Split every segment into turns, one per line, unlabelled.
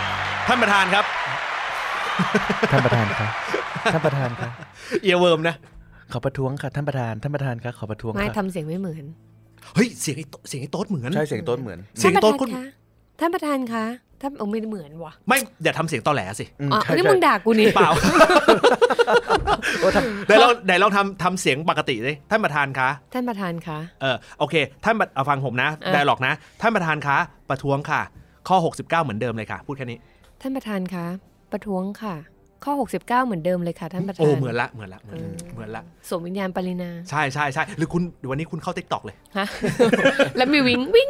านครับ
ท่านประธานครับท่านประธานครับ
เอียเวิร์มนะ
ขอประท้วงค่ะท่านประธานท่านประธานครับขอประท้วง
ไม่
ค่ะ
ทำเสียงไม่เหมือน
เฮ้ย เสียงไอ้โต๊ะเสียงไอ้โต๊ดเหมือน
ใช่เสียงต้นเหมือน
เสียง
ท่าน
ต้น
ประธาน
คุณ
คะท่านประธานคะท่านโอ้ไม่เหมือนว่ะ
ไม่อย่าทำเสียงตอแหล สิ
อืม
อ๋อ
ใช่
นี่
ใช่
มึงด่ากูนี่
เปล่า
โอ้ท่าน
ไหนลองไหนลองทำทำเสียงปกติสิท่านประธานคะ
ท่านประธานคะ
เออโอเค ท่านประเอาฟังผมนะ
อ่ะ
ได้หรอกนะ ท่านประธานคะ ประท้วงค่ะ ข้อ 69 เหมือนเดิมเลยค่ะ พูดแค่นี้
ท่านประธานคะ ประท้วงค่ะ ข้อ 69 เหมือนเดิมเลยค่ะท่านประธาน
โอ้เหมือนละเหมือนละเหมือนละ
เออ
เหมือนละ
สวมวิญญาณปรินา
ใช่ใช่ใช่หรือคุณเดี๋ยววันนี้คุณเข้าติ๊กตอกเลย
ฮะ แล้วมีวิ่งวิ่ง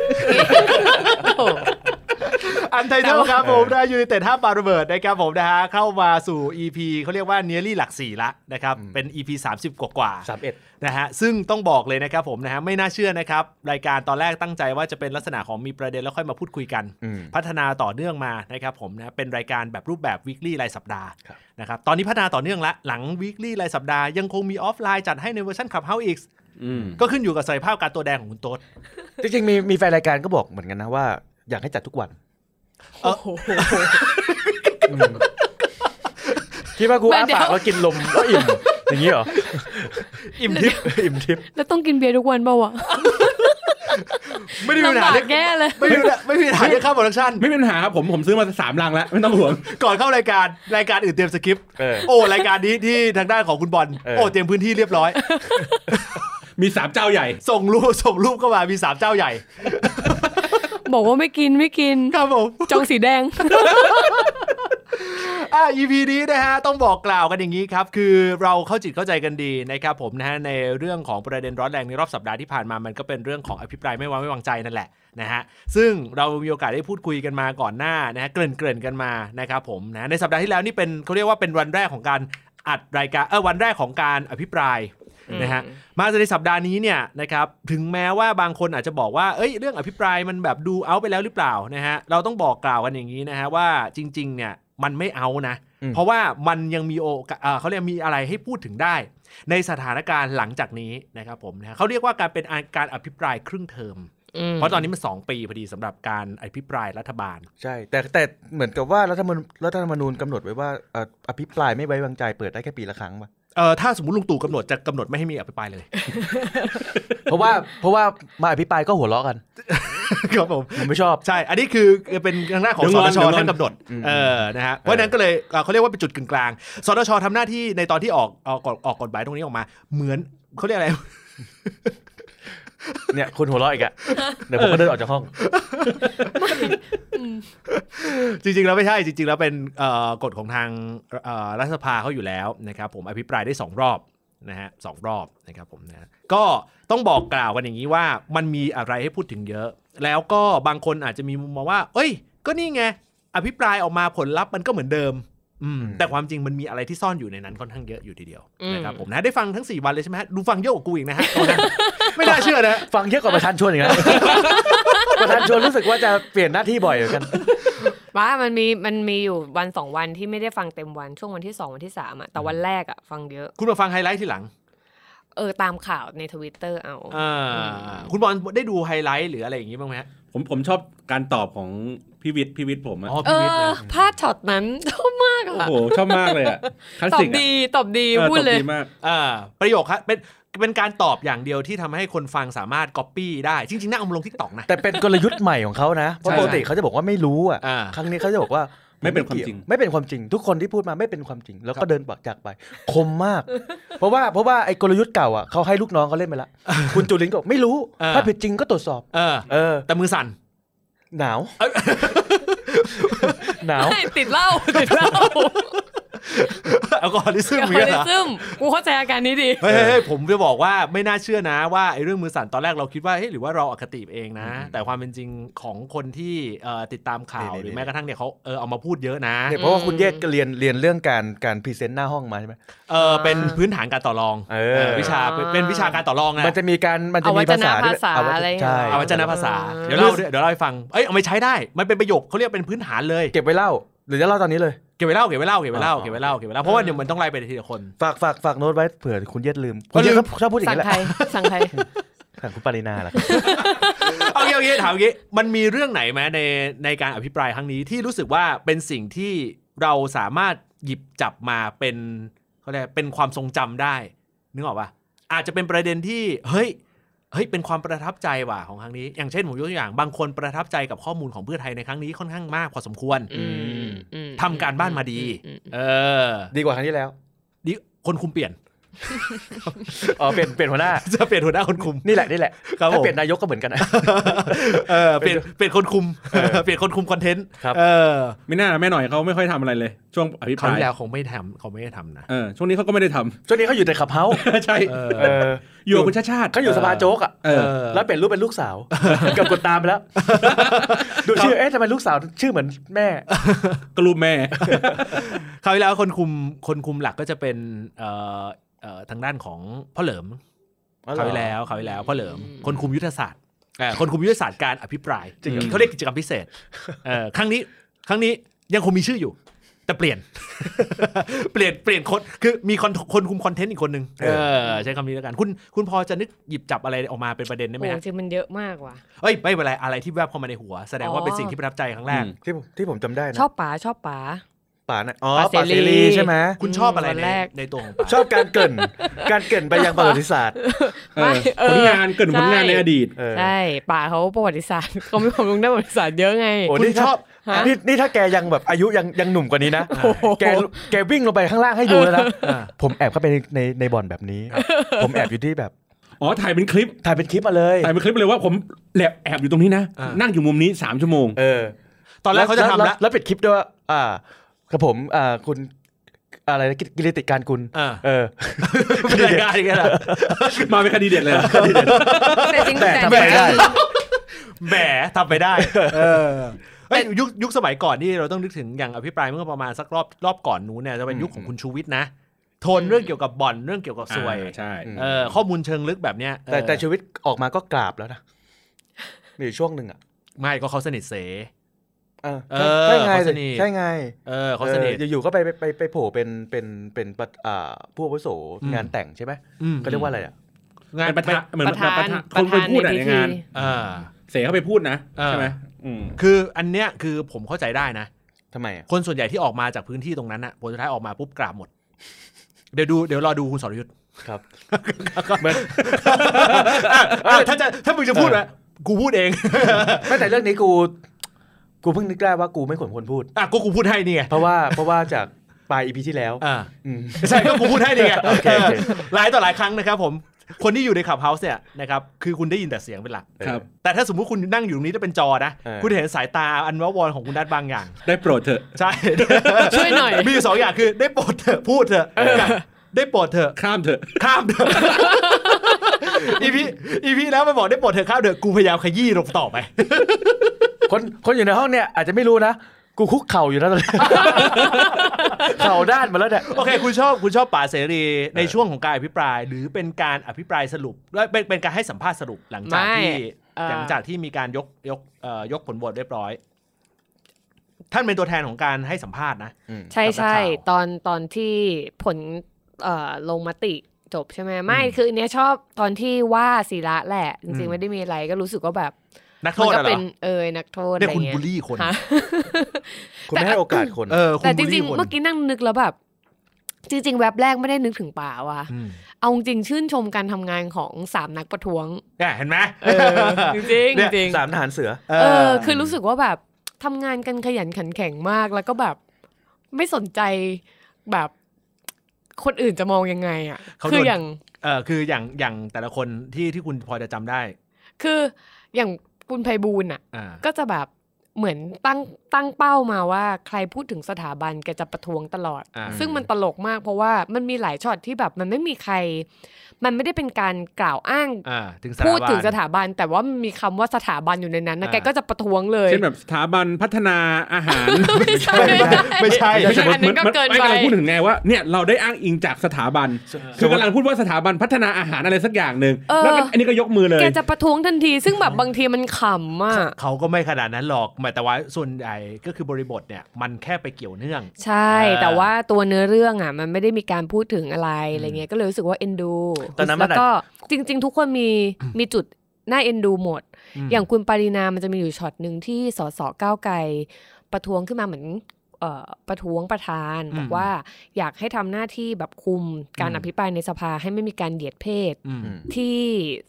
อันไทเทลครับผมได้ยูไนเต็ดห้าปาระเบิดนะครับผมนะฮะเข้ามาสู่ EP เขาเรียกว่าเนียรี่หลักสี่ละนะครับ เป็น EP 30 กว่ากว่าๆ
สามเอ็ด
นะฮะซึ่งต้องบอกเลยนะครับผมนะฮะไม่น่าเชื่อนะครับ รายการตอนแรกตั้งใจว่าจะเป็นลักษณะของมีประเด็นแล้วค่อยมาพูดคุยกัน
อืม
พัฒนาต่อเนื่องมานะครับผมนะเป็นรายการแบบรูปแบบ weekly รายสัปดาห์
ครับ
นะครับตอนนี้พัฒนาต่อเนื่องละหลัง weekly รายสัปดาห์ยังคงมีออฟไลน์จัดให้ในเวอร์ชันขับเฮาอีกก็ขึ้นอยู่กับศักยภาพการตัวแดงของคุณโต๊ด
จริงๆมีมีแฟนรายการก็บอกเหมือนกันนะว่า อยากให้จัดทุกวัน
เออ
คิดว่ากู
ไม่
อ้า
เดี๋ยว
ปากแล้วกินลมก็อิ่มอย่างนี้เหรอ
อิ่มทิพย์
อิ่มทิพย์
แล้วต้องกินเบียร์ทุกวันเปล่าวะ
ไม่ได้มีปัญ
ลำ
หา
บา
เรื่
ก
อง
แย่เลย
ไม่มีปัญหาไม่มีปัญหาเรื่องค่าโปรดักชั่น
ไม่เป็นปัญหาครับผมผมซื้อมาสามลังแล้ว ไม่ต้องห่วง
ก่อนเข้ารายการรายการอื่นเตรียมสคริปต์
เออ
โอ้รายการนี้ที่ทางด้านของคุณบอล
เออ
โอ้เตรียมพื้นที่เรียบร้อย
มีสามเจ้าใหญ่
ส่งรูปส่งรูปเข้ามามีสามเจ้าใหญ่
บอกว่าไม่กินไม่กิน
ครับผม
จองสีแดง
อ่ะ EP นี้นะฮะต้องบอกกล่าวกันอย่างนี้ครับ คือเราเข้าจิตเข้าใจกันดีนะครับผมนะฮะในเรื่องของประเด็นร้อนแรงในรอบสัปดาห์ที่ผ่านมามันก็เป็นเรื่องของอภิปรายไม่ไว้วางใจนั่นแหละนะฮะซึ่งเรามีโอกาสได้พูดคุยกันมาก่อนหน้านะฮะเกริ่นเกริ่นกันมานะครับผมนะในสัปดาห์ที่แล้วนี่เป็นเขาเรียกว่าเป็นวันแรกของการอัดรายการเออวันแรกของการอภิปรายนะฮะมาในสัปดาห์นี้เนี่ยนะครับถึงแม้ว่าบางคนอาจจะบอกว่าเอ้ยเรื่องอภิปรายมันแบบดูเอาไปแล้วหรือเปล่านะฮะเราต้องบอกกล่าวกันอย่างนี้นะฮะว่าจริงๆเนี่ยมันไม่เอานะ
อืม
เพราะว่ามันยังมีโอกาสเอ่อเขาเรียกมีอะไรให้พูดถึงได้ ในสถานการณ์หลังจากนี้นะครับผมนะเขาเรียกว่าการเป็นอาการอภิปรายครึ่งเทอม เพราะตอนนี้มัน 2 ปีพอดีสำหรับการอภิปรายรัฐบาล
ใช่ แต่แต่เหมือนกับว่ารัฐธรรมนูญรัฐธรรมนูญกำหนดไว้ว่าเอ่ออภิปรายไม่ไว้วางใจเปิดได้แค่ปีละครั้งป่ะ
เออถ้าสมมติลุงตู่กำหนดจะกำหนดไม่ให้มีอภิปรายเลย
เพราะว่าเพราะว่ามาอภิปรายก็หัวเราะกัน
ครับผม
ผมไม่ชอบ
ใช่ อันนี้คือเป็นทางหน้าของส
เดี๋ยวง
น
อ
ช
นเดี๋ยวงอน
ท่านกำหนดเออนะฮะเพราะฉะนั้นก็เลยเอ่อเขาเรียกว่าเป็นจุดกึ่งกลางสนชทำหน้าที่ในตอนที่ออกออกกฎออกกฎหมายตรงนี้ออกมา เหมือนเขาเรียกอะไร
เนี่ยคุณหัวเราะอีกอะเดี๋ยวผมก็เดินออกจากห้อง
จริงๆ แล้วไม่ใช่จริงๆ แล้วเป็นเอ่อกฎของทางเอ่อรัฐสภาเขาอยู่แล้วนะครับผมอภิปรายได้ 2 รอบนะฮะสองรอบนะครับผมนะก็ต้องบอกกล่าวกันอย่างนี้ว่ามันมีอะไรให้พูดถึงเยอะ แล้วก็บางคนอาจจะมีมุมมองว่า เอ้ย ก็นี่ไง อภิปรายออกมาผลลัพธ์มันก็เหมือนเดิมอืม
อืม
แต่ความจริงมันมีอะไรที่ซ่อนอยู่ในนั้นค่อนข้างเยอะอยู่ทีเดียว
อืม
นะครับผม นะได้ฟังทั้ง 4 วันเลยใช่ไหมฮะดูฟังเยอะกว่ากูอีก นะฮะตอนนั้นไม่น่าเชื่อนะ
ฟังเยอะกว่าประธานชวนอีกนะ ประธานชวนรู้สึกว่าจะเปลี่ยนหน้าที่บ่อยเหมือนกัน
ว่ามันมีมันมีอยู่วันสองวันที่ไม่ได้ฟังเต็มวันช่วงวันที่สองวันที่สามอะแต่วันแรกอะฟังเยอะ
คุณมาฟังไฮไลท์ทีหลัง
เออตามข่าวในทวิตเตอร์เอา
อ่าคุณบอลได้ดูไฮไลท์หรืออะไรอย่างนี้บ้างไหมฮะ
ผมผมชอบการตอบของพี่วิทย์พี่วิทย์ผมอะ
อ๋อ
เอ
พี่วิทย์
อ
นะ
พลาดช็อตนั้น ชอบมาก
โอ้
อะ
โห ชอบมากเลยอะคลาส
ตอ
สิ
บ
กอะ
ดีตอบดี
เออ
พูด
ตอบ
เลย
ดีมาก
อ่าประโยคครับเป็นเป็นการตอบอย่างเดียวที่ทำให้คนฟังสามารถก๊อปปี้ได้ จริงๆน่าเอามาลงทิกตอกนะ
แต่เป็นกลยุทธ์ใหม่ของเขานะ เพราะ
ใช่
ปกติเขาจะบอกว่าไม่รู้อ่ะ
อ่า
ครั้งนี้เขาจะบอกว่า
ไม่เป็นความจริง
ไม่เป็นความจริง ทุกคนที่พูดมาไม่เป็นความจริง แล้วก็เดินปากจากไป คมมาก เพราะว่าเพราะว่าไอ้กลยุทธ์เก่าอ่ะเขาให้ลูกน้องเขาเล่นไปละคุณจุลินก็บอกไม่รู้
อ่า
ถ้าผิดจริงก็ตรวจสอบ
เออ
เออ
แต่มือสั่น
หนาว หนาว
ไม่ติดเหล้า ติดเห ล้า
แอลกอฮอลิซึม
อย่า
มีด้วยเหรอ
ซึมกูเข้าใจอาการนี้ดี
เฮ้ยเฮ้ยเฮ้ยผมจะบอกว่าไม่น่าเชื่อนะว่าไอ้เรื่องมือสั่นตอนแรกเราคิดว่าเฮ้ยหรือว่าเราอคติเองนะ แต่ความเป็นจริงของคนที่เอ่อติดตามข่าว
นี่ๆๆ
หรือแม้กระทั่งเนี่ยเขาเออเอามาพูดเยอะนะ
เนี่ยเพราะว่าคุณเยศก็เรียนเรียนเรื่องการการพรีเซนต์หน้าห้องมาใช่ไหม
เออเป็นพื้นฐานการต่อรอง
เออ
เออวิชาเป็นเป็นวิชาการต่อรองนะ
มันจะมีการมันจะมีภาษาด้วย
เอาวจนะภาษาอะไร
ใช่
เอาไว้จะนะภาษาเดี๋ยวเล่าเดี๋ยวเล่าให้ฟังเอ้ยเอาไปใช้ได้มันเป็นประโยคเขาเรียกเป็นพื้นฐานเลย
เก็บไว้เล่า หรือจะเล่าตอนนี้เลย
เก็บไว้เล่าเก็บไว้เล่าเก็บไว้เล่า
อ๋อ
เก็บไว้เล่าเก็บไว้เล่าเพราะว่าเดี๋ยวมันต้องไล่ไปทีละคน
ฝากฝากฝากโน้ตไว้เผื่อคุณเยศลืม
เพ
คุณ
ราะ
เยศ
ลืม
ชอบพูดอย่าง
สั่ง
นี้แหละ
ใครสั่งใคร
สั่งคุณปรินาแหละ
เอางี้เอางี้ถามงี้มันมีเรื่องไหนไหมในในการอภิปรายครั้งนี้ที่รู้สึกว่าเป็นสิ่งที่ เราสามารถหยิบจับมาเป็นเขาเรียกเป็นความทรงจำได้ นึกออกปะอาจจะเป็นประเด็นที่เฮ้ยเฮ้ยเป็นความประทับใจว่ะของครั้งนี้ อย่างเช่นผมยกตัวอย่าง บางคนประทับใจกับข้อมูลของเพื่อไทยในครั้งนี้ค่อนข้างมากพอสมควร
อืมอืม
ทำการบ้านมาดี
อืมอืม
เออ
ดีกว่าครั้งที่แล้ว
ดิคนคุมเปลี่ยน
อ๋อเปลี่ยนเปลี่ยนหัวหน้า
จะเปลี่ยนหัวหน้าคนคุม
นี่แหละนี่แหละ
ครับผม
ถ้าเปลี่ยนนายกก็เหมือนกันนะ
เออเปลี่ยนเปลี่ยนคนคุม
เออ
เปลี่ยนคนคุมคอนเทนต์
ครับ
เออ
ไม่น่านะแม่หน่อยเขาไม่ค่อยทำอะไรเลย ช่วงอภิ
คราร
ปาว ยว
ที่แล้วคงไม่ทำเขาไม่ได้ทำนะ
เออช่วงนี้เขาก็ไม่ได้ทำ
ช่วงนี้เขาอยู่ในขับเฮาส์
ใช่
เออ
เออ
อยู่กับคุณชาติชาติ
เขาอยู่สภาโจ๊กอ่ะ
เออ
แล้วเปลี่ยนรูปเป็นลูกสาวกับกดตามไปแล้ว ดูชื่อเอ๊ะทำไมลูกสาวชื่อเหมือนแม่
ก็รูปแม่
คราวที่แล้วคนคุมคนคุมหลักก็จะเป็นเอ่อเอ่อทางด้านของพ่อเหลิมคราวที่แล้วคราวที่แล้วพ่อเหลิม คนคุมยุทธศาสตร์เอ่อคนคุมยุทธศาสตร์การอภิปราย
จริงเหรอ
เขาเรียกกิจกรรมพิเศษเอ่อครั้งนี้ครั้งนี้ยังคงมีชื่ออยู่ แต่เปลี่ยน เปลี่ยนเปลี่ยนคนคือมีคนคนคุมคอนเทนต์อีกคนนึง
เอ
เอ
อ
อใช้คำนี้แล้วกันคุณคุณพอจะนึกหยิบจับอะไรออกมาเป็นประเด็นได้ไหม
โอ้
ฮะ
จริงมันเยอะมากว่ะ
เอ้ยไม่เป็นไรอะไรที่แวบเข้ามาในหัว แสดงว่าเป็นสิ่งที่ประทับใจครั้งแรก
อืม
ที่ผมที่ผมจำได้นะ
ชอบป๋าชอบป๋า
ป่านะอ๋อ
ป่าเสรี
ป่าเสรีใช่ ไหม
คุณชอบอะไร
วัน
ใน
แรก
ในตัวของปา
ชอบการเกรินการเกรินไปยังประวัติศาสตร์
เออ
ไม่เออ
ผลงานเกริดผลงานในอดีต
เออ
ใช่ป่าเขาประวัติศาสตร์ เขามีความรู้ด้านประวัติศาสตร์เยอะไง
โอ้
คุณ
นี่
ช
ช
อ
อ
บบ
ฮะ
นี่นี่ถ้าแกยังแบบอายุยังยังหนุ่มกว่านี้นะ
โอ้โห
แกแกวิ่งลงไปข้างล่างให้ดูแล้วนะ
อ่า
ผมแอบเข้าไปในในในบ่อนแบบนี้ ผมแอบอยู่ที่แบบ
อ๋อ ถ่ายเป็นคลิป
ถ่ายเป็นคลิปมาเลย
ถ่ายเป็นคลิปไปเลยว่าผมแอบแอบอยู่ตรงนี้นะ
อ่านั่
นั่งอยู่มุมนี้ 3 ชั่วโมง
เออ
ตอนแรกเขาจะทำละ
แล้วปิดคลิปด้วยว่าอ่ากับผมอ่าคุณอะไรนะกิกิริติการกุล
เอ อ
เออ
เป็นรายการอย่างเงี้ยเหรอ
มาเป็นคดีเด็ดเลยเหรอ
แต่จริง
แต่
แต่
ทำไมได้
แหมทำไปได้เออเฮ้ยยุคยุคสมัยก่อนนี่เราต้องนึกถึงอย่างอภิปรายเมื่อประมาณสักรอบรอบก่อนนู้นเนี่ยจะเป็นยุคของคุณชูวิทย์นะ โทนเรื่องเกี่ยวกับบ่อนเรื่องเกี่ยวกับสวย
อ่าใช่
อืม
เออข้อมูลเชิงลึกแบบเนี้ย
แต่แต่
เออ
ชีวิตออกมาก็กราบแล้วนะมีอยู่ช่วงหนึ่งอ่ะ
ไม่ก็เขาสนิทเส
เออ
เออ
ใช่ไง
เขาสนิท
ใช่ไง
เออเขาสนิท
อออยู่ๆก็ไปไปไปไปโผล่เป็นเป็นเป็นปะอ่าผู้อาวุโส
อืม
งานแต่งใช่ไหม
อืม
ก็เรียกว่าอะไรอ่ะ
งาน
เป็นประธานเหมือน
ประธาน
คนไปพูดอะ
ในพิ
ไรใน
ธี
งาน
เออ
เสกเข้าไปพูดนะ
เออ
ใช่ไหมอืม
คืออันเนี้ยคือผมเข้าใจได้นะ
ทำไมอ่ะ
คนส่วนใหญ่ที่ออกมาจากพื้นที่ตรงนั้นอะผลสุดท้ายออกมาปุ๊บกราบหมด เดี๋ยวดูเดี๋ยวรอดูคุณสรยุทธ
ครับ
อ่ะถ้าจะถ้ามึงจะพูดนะกูพูดเอง
ไม่แต่เรื่องนี้กูกูเพิ่งนึกได้ว่ากูไม่ควรคนพูด
อ่ะกูกูพูดให้นี่ไง
เพราะว่าเพราะว่าจากปลายอีพีที่แล้ว
อ่า
อืม
ใช่ก็กูพูดให้ นี่ไง
โอเคโอเค
เออหลายต่อหลายครั้งนะครับผมคนที่อยู่ในขับเฮาส์เนี่ยนะครับคือคุณได้ยินแต่เสียงเป็นหลัก
ครับ
แต่ถ้าสมมุติคุณนั่งอยู่ตรงนี้แล้วเป็นจอนะ
เออ
คุณเห็นสายตาอันวาวรของคุณนัทบางอย่าง
ได้โปรดเถอะ
ใช่
ช่วยหน่อย
มีอยู่สองอย่างคือได้โปรดเถอะพูดเถอะกับได้โปรดเถอะ
ข้ามเถอะ
ข้ามเถอะอีพีอีพีแล้วมันบอกได้โปรดเถอะข้ามเถอะกูพยายามขยี้ลงต่อไป
คนคนอยู่ในห้องเนี่ยอาจจะไม่รู้นะ กูคุกเข่าอยู่นะตอนนี้ เข่าด้านมาแล้วเนี่ย
โอเคคุณชอบคุณชอบป่าเสรีในช่วงของการอภิปราย หรือเป็นการอภิปรายสรุปและเป็นเป็นการให้สัมภาษณ์สรุปหลังจาก
ไม่
ที่
เอ่อ
หลังจากที่มีการยกยกเอ่อยกผลโหวตเรียบร้อย ท่านเป็นตัวแทนของการให้สัมภาษณ์นะ
ใช่ใช่
กับนักข่าว
ตอนตอนที่ผลเอ่อลงมติจบใช่ไหมไม่คืออันเนี้ยชอบตอนที่ว่าศิระแหละ จริงๆไม่ได้มีอะไรก็รู้สึกว่าแบบ
นักโท
มั
ษ
ก็
อะเหร
เป็
อน
เออนักโทษอะ
เนี่ย
ไร
คุณ
เงี้
บูล
ย
ลี่คน
ฮะ
คุณไม่ให้โอกาสคน
เออคุณ
แต่จ
บูล
ริ
ลี่
ง
คน
ๆ เมื่อกี้นั่งนึกแล้วแบบ จริง ๆ แวบแรกไม่ได้นึกถึงป่าว่ะ
ม
เอาจริงๆชื่นชมการทำงานของสามนักประท้วง
เนี่ยเห็นไหม
เออจริง
เนี่ย
ๆจริงๆ
สามทหารเสือ
เอ
เอ
อ
อคือรู้สึกว่าแบบทำงานกันขยันขันแข็งมากแล้วก็แบบไม่สนใจแบบคนอื่นจะมองยังไงอ่ะ
เขาโดน
คืออย่าง
เออคืออย่างอย่างแต่ละคนที่ที่คุณพอจะจำได้
คืออย่างคุณไพบูลย์อ่ะ
อ่า
ก็จะแบบเหมือนตั้งตั้งเป้ามาว่าใครพูดถึงสถาบันแกจะประท้วงตลอด
อ่า
ซึ่งมันตลกมากเพราะว่ามันมีหลายช็อตที่แบบมันไม่มีใคร มันไม่ได้เป็นการกล่าวอ้าง
อ่าถึงส
พู
ถา
ด
บัน
ถึงสถาบัน แต่ว่ามันมีคำว่าสถาบันอยู่ในนั้นนะ
อ่า
แกก็จะประท้วงเลย
เช่นแบบสถาบันพัฒนาอาหาร
ไม่ใช่
ไม่ใช่
ไม่ใช่ อันนั้นก็
มัมั
เกินไป
ม่กำลังพูดถึงไงว่าเนี่ยเราได้อ้างอิงจากสถาบัน คือกำลังพูดว่าสถาบันพัฒนาอาหารอะไรสักอย่างหนึ่ง
เออ
แล้วก็อันนี้ก็ยกมือเลย
แกจะประท้วงทันที ซึ่งแบบบางทีมันขำอ่ะ
เขาก็ไม่ขนาดนั้นหรอกหมายแต่ว่าส่วนใหญ่ก็คือบริบทเนี่ยมันแค่ไปเกี่ยวเนื่อง
ใช่
เออ
แต่ว่าตัวเนื้อเรื่องอ่ะ มันไม่ได้มีการพูดถึงอะไรอะไรเงี้ยก็เลยรู้สึกว่าเอ็นดู
ตอนนั้นมัน
แล้วก็จริง ๆ ทุกคนมีมีจุดน่าเอ็นดูหมด อย่างคุณปารีนามันจะมีอยู่ช็อตหนึ่งที่สสก้าวไกลประท้วงขึ้นมาเหมือน เอ่อประท้วงประธาน
อืม
บอกว่าอยากให้ทำหน้าที่แบบคุมการ
อืม
อภิปรายในสภาให้ไม่มีการเหยียดเพศ
อืม
ที่